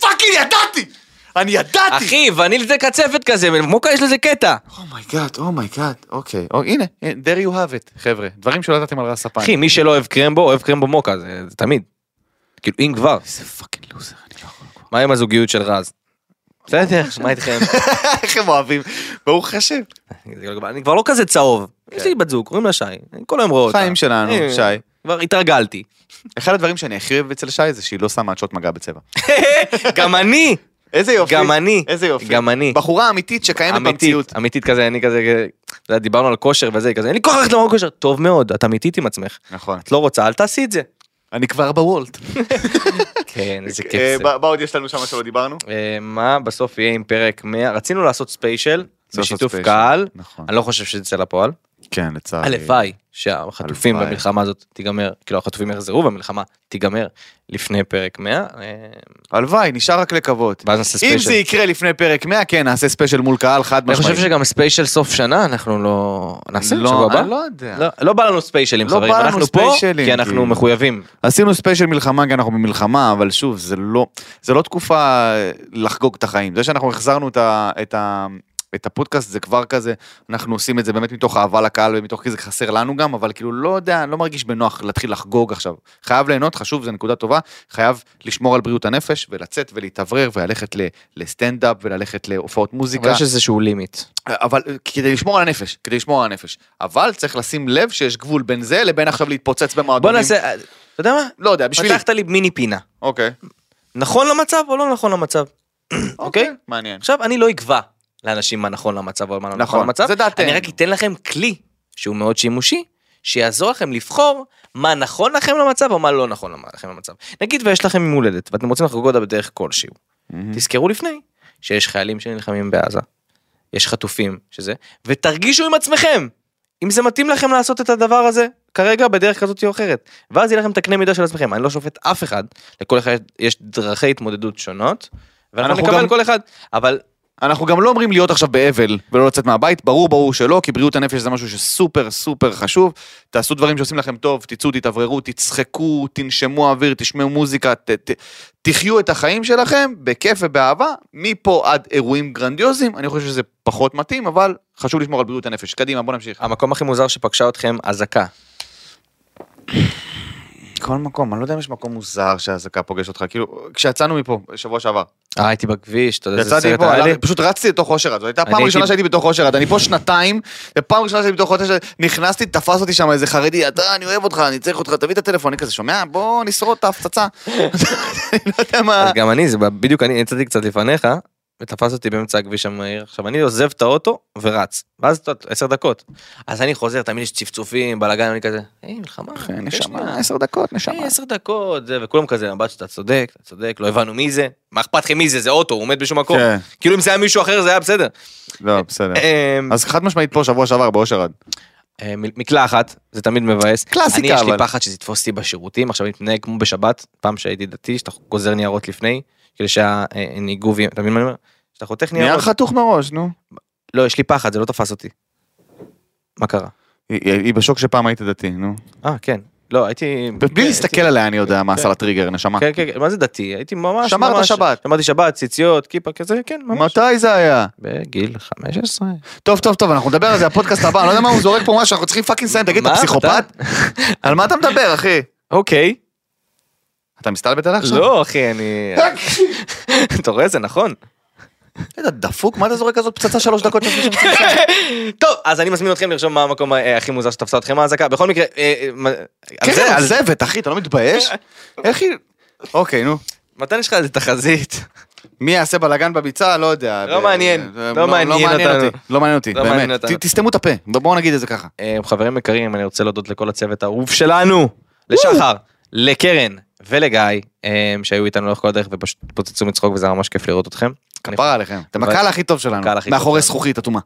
S2: פאקינג ידעתי! אני ידעתי!
S3: אחי, וניל זה קצפת כזה, מוקה יש לזה קטע.
S2: Oh אומייגאד, אומייגאד, אוקיי. או, הנה, there you have it, חבר'ה. דברים שלא ידעתם על רס ספיים.
S3: אחי, מי שלא אוהב קרמבו, אוהב קרמבו מוקה, זה זה תמיד. כאילו, אם כבר.
S2: איזה פאקינג לוזר, אני לא יכול.
S3: מה עם הזוגיות של רז? בסדר, מה איתכם?
S2: איך הם אוהבים? ברוך השם.
S3: אני כבר לא כזה צהוב. יש לי בת זוג, קוראים לה שי, אני כל היום רואה אותה.
S2: חיים שלנו,
S3: אה,
S2: שי.
S3: כבר התרגלתי.
S2: אחד הדברים שאני הכי אוהב אצל שי זה שהיא לא שמה עדשות מגע בצבע.
S3: גם אני,
S2: איזה יופי.
S3: גם אני,
S2: איזה יופי.
S3: גם אני.
S2: בחורה אמיתית שקיימת
S3: אמיתית,
S2: במציאות.
S3: אמיתית כזה, אני כזה, אתה יודע, דיברנו על כושר וזה, היא כזה, אין לי כוח ללכת למרון כושר. טוב מאוד, את אמיתית עם עצמך.
S2: נכון.
S3: את לא רוצה, אל תעשי את זה.
S2: אני כבר בוולט.
S3: כן, איזה כיף
S2: אה,
S3: זה.
S2: מה מה עוד יש לנו שם שלא דיברנו?
S3: אה, מה בסוף יהיה עם פרק 100? רצינו לעשות ספיישל,
S2: לעשות
S3: בשיתוף
S2: ספיישל,
S3: קהל.
S2: נכון.
S3: אני לא חושב שזה יצא לפועל.
S2: כן, לצערי.
S3: הלוואי שהחטופים
S2: הלוואי.
S3: במלחמה הזאת תיגמר, כאילו החטופים יחזרו והמלחמה תיגמר לפני פרק 100, אה,
S2: הלוואי, נשאר רק לקוות.
S3: ואז נעשה
S2: אם זה
S3: ספיישל.
S2: יקרה לפני פרק 100, כן, נעשה ספיישל מול קהל חד
S3: אני
S2: משמעית.
S3: חושב שגם ספיישל סוף שנה אנחנו לא נעשה
S2: לא,
S3: בשבוע הבא.
S2: אני לא יודע.
S3: לא- לא בא לנו ספיישלים
S2: לא
S3: חברים,
S2: בא לנו
S3: אנחנו פה
S2: ספיישלים,
S3: כי אנחנו
S2: כאילו.
S3: מחויבים.
S2: עשינו ספיישל מלחמה, כי אנחנו במלחמה, אבל שוב, זה לא, זה לא תקופה אה, לחגוג את החיים. זה שאנחנו החזרנו את, ה, את, ה, את הפודקאסט, זה כבר כזה, אנחנו עושים את זה באמת מתוך אהבה לקהל ומתוך כי זה חסר לנו גם, אבל כאילו, לא יודע, אני לא מרגיש בנוח להתחיל לחגוג עכשיו. חייב ליהנות, חשוב, זו נקודה טובה, חייב לשמור על בריאות הנפש, ולצאת ולהתאוורר, וללכת ל- לסטנדאפ, וללכת להופעות מוזיקה.
S3: אבל יש איזשהו לימיט.
S2: אבל כדי לשמור על הנפש, כדי לשמור על הנפש. אבל צריך לשים לב שיש גבול בין זה לבין עכשיו להתפוצץ
S3: בוא
S2: במועדונים.
S3: נעשה, אה, אתה יודע מה?
S2: לא יודע, בשבילי.
S3: פתחת לי מיני פינה.
S2: אוקיי.
S3: נכון למצב או לא נכון למצב? אוקיי?
S2: מעניין.
S3: עכשיו אני לא אקבע לאנשים מה נכון למצב או מה לא נכון
S2: כן. נכון,
S3: למצב.
S2: זה דעתנו.
S3: אני רק אתן לכם כלי שהוא מאוד שימושי, שיעזור לכם לבחור מה נכון לכם למצב או מה לא נכון לכם למצב. נגיד ויש לכם יום הולדת ואתם רוצים לחגוג אותה בדרך כלשהו. תזכרו לפני שיש חיילים שנלחמים בעזה, יש חטופים שזה, ותרגישו עם עצמכם אם זה מתאים לכם לעשות את הדבר הזה כרגע בדרך כזאת או אחרת. ואז יהיה לכם את הקנה מידה של עצמכם, אני לא שופט אף אחד, לכל אחד יש דרכי התמודדות שונות, ואנחנו
S2: אנחנו
S3: נקבל
S2: גם-
S3: כל אחד, אבל
S2: אנחנו גם לא אומרים להיות עכשיו באבל ולא לצאת מהבית, ברור ברור שלא, כי בריאות הנפש זה משהו שסופר סופר חשוב. תעשו דברים שעושים לכם טוב, תצאו, תתאווררו, תצחקו, תנשמו אוויר, תשמעו מוזיקה, ת, ת, תחיו את החיים שלכם בכיף ובאהבה, מפה עד אירועים גרנדיוזיים, אני חושב שזה פחות מתאים, אבל חשוב לשמור על בריאות הנפש. קדימה, בוא נמשיך.
S3: המקום הכי מוזר שפגשה אתכם אזעקה.
S2: כל מקום, אני לא יודע אם יש מקום מוזר שהאזעקה פוגש אותך, כאילו, כשיצאנו מפה, שבוע שעבר,
S3: אה, הייתי בכביש, אתה יודע איזה
S2: יצאתי
S3: סרט
S2: פה,
S3: היה לי?
S2: הלכתי- פשוט רצתי לתוך חושר רד, זו הייתה
S3: אני
S2: פעם ראשונה
S3: הייתי-
S2: שהייתי בתוך חושר רד, אני פה שנתיים, ופעם ראשונה שהייתי בתוך חושר רד, נכנסתי, תפס אותי שם איזה חרדי, אתה, אני אוהב אותך, אני צריך אותך, תביא את הטלפון, אני כזה שומע, בוא נשרוד את ההפצצה. אני לא יודע מה...
S3: אז גם אני, זה בדיוק אני יצאתי קצת לפניך, ותפס אותי באמצע הכביש המהיר. עכשיו אני עוזב את האוטו ורץ, ואז אתה יודע, עשר דקות. אז אני חוזר, תמיד יש צפצופים, בלאגן, אני כזה, היי מלחמה,
S2: כן,
S3: יש
S2: נשמה,
S3: לי-
S2: עשר דקות,
S3: "היי,
S2: נשמה.
S3: עשר דקות, זה, וכולם כזה, הבת שאתה צודק, אתה צודק, לא הבנו מי זה, מה אכפת לכם מי זה, זה אוטו, הוא עומד בשום מקום.
S2: כן.
S3: כאילו אם זה היה מישהו אחר זה היה בסדר.
S2: לא, בסדר.
S3: אמ,
S2: אז חד משמעית פה שבוע שעבר באושר רד.
S3: אה, מ- מקלע אחת, זה תמיד מבאס.
S2: קלאסיקה,
S3: אני, יש לי
S2: אבל.
S3: פחד שזה יתפוס אותי בשירותים, עכשיו אני מתנהג כמו בשבת, פעם שהייתי דתי, שאתה גוזר ניירות לפני, כאילו כדי שהניגוב יהיה, אתה מבין מה אני אומר? שאתה חותך
S2: נהיה
S3: ניירות.
S2: חתוך מראש, נו.
S3: לא, יש לי פחד, זה לא תפס אותי. מה קרה?
S2: היא- היא בשוק שפעם היית דתי, נו.
S3: אה, כן. לא, הייתי...
S2: בלי
S3: כן,
S2: להסתכל עליה אני יודע מה עשה
S3: כן.
S2: לטריגר, נשמה.
S3: הייתי- כן, כן, מה זה דתי? הייתי ממש...
S2: שמרת
S3: ממש-
S2: שבת.
S3: שמרתי שבת, ציציות, כיפה, כזה, כן, ממש.
S2: מתי זה היה?
S3: בגיל 15.
S2: טוב, טוב, טוב, אנחנו נדבר על זה, הפודקאסט הבא, אני לא יודע מה הוא זורק פה משהו, אנחנו צריכים פאקינג לסיים, תגיד, אתה
S3: מה?
S2: פסיכופת?
S3: אתה-
S2: על מה אתה מדבר, אחי?
S3: אוקיי.
S2: אתה מסתלבט עליה עכשיו?
S3: לא, אחי, אני... אתה רואה, זה נכון.
S2: אתה דפוק? מה אתה זורק כזאת פצצה שלוש דקות לפני שאתה מסיים?
S3: טוב, אז אני מזמין אתכם לרשום מה המקום אה, הכי מוזר שתפסה אתכם האזעקה. בכל מקרה, אה, אה, מה- על
S2: כן,
S3: זה,
S2: על
S3: על זה,
S2: זבת, אחי, אתה לא מתבייש? איך היא... אוקיי, נו.
S3: מתן יש לך איזה תחזית.
S2: מי יעשה בלאגן בביצה? לא יודע.
S3: לא
S2: ב-
S3: מעניין,
S2: זה-
S3: לא מעניין אותנו.
S2: אותי, לא מעניין אותי,
S3: לא מעניין
S2: באמת.
S3: אותנו.
S2: ת- תסתמו את הפה, ב- בואו נגיד את זה ככה.
S3: אה, חברים יקרים, אני רוצה להודות לכל הצוות האהוב שלנו, לשחר, לקרן ולגיא, אה, שהיו איתנו לאורך כל הדרך ופשוט פוצצו מצחוק וזה היה ממש כיף לראות אתכם. אני-
S2: כפרה עליכם. אתם
S3: אבל-
S2: הקהל הכי טוב שלנו.
S3: הקהל הכי טוב
S2: מאחורי
S3: שלנו.
S2: זכוכית אטומה.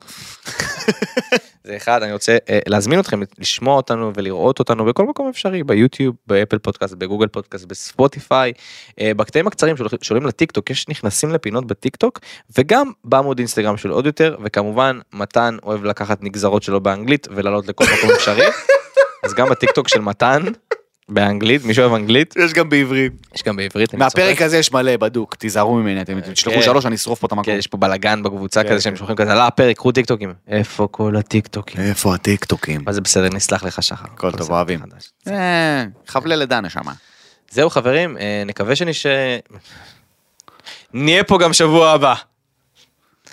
S3: זה אחד, אני רוצה אה, להזמין אתכם לשמוע אותנו ולראות אותנו בכל מקום אפשרי, ביוטיוב, באפל פודקאסט, בגוגל פודקאסט, בספוטיפיי, אה, בקטעים הקצרים של- שעולים לטיקטוק, יש נכנסים לפינות בטיקטוק, וגם בעמוד אינסטגרם של עוד יותר, וכמובן, מתן אוהב לקחת נגזרות שלו באנגלית ולעלות לכל מקום אפשרי, אז גם בטיקטוק של מתן, באנגלית, מי שאוהב אנגלית,
S2: יש גם בעברית.
S3: יש גם בעברית, אני
S2: מהפרק
S3: צוחק.
S2: הזה יש מלא, בדוק, תיזהרו ממני, אתם תשלחו
S3: כן.
S2: שלוש, אני אשרוף פה את המקום.
S3: כן, יש פה בלאגן בקבוצה
S2: כן,
S3: כזה שהם
S2: כן.
S3: שולחים כזה, עלה הפרק, קחו טיקטוקים. איפה כל הטיקטוקים?
S2: איפה הטיקטוקים?
S3: אבל זה בסדר, נסלח לך שחר.
S2: הכל טוב,
S3: בסדר,
S2: אוהבים.
S3: חדש.
S2: אה, חבלי לידה, נשמה.
S3: זהו חברים, אה, נקווה שנש... נהיה פה גם שבוע הבא.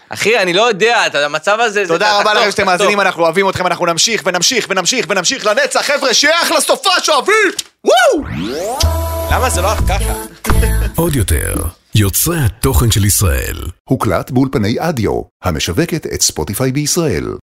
S3: אחי, אני לא יודע, אתה- המצב הזה... זה-
S2: תודה רבה
S3: תחתוך,
S2: לכם שאתם
S3: תחתוך.
S2: מאזינים, אנחנו אוהבים אתכם, אנחנו נמשיך ונמשיך ונמשיך ונמשיך לנצח, חבר'ה, שיהיה אחלה סופה שאוהבים! וואו!
S3: למה זה לא ככה?
S1: עוד יותר, יוצרי התוכן של ישראל.
S7: הוקלט באולפני אדיו, המשווקת את ספוטיפיי בישראל.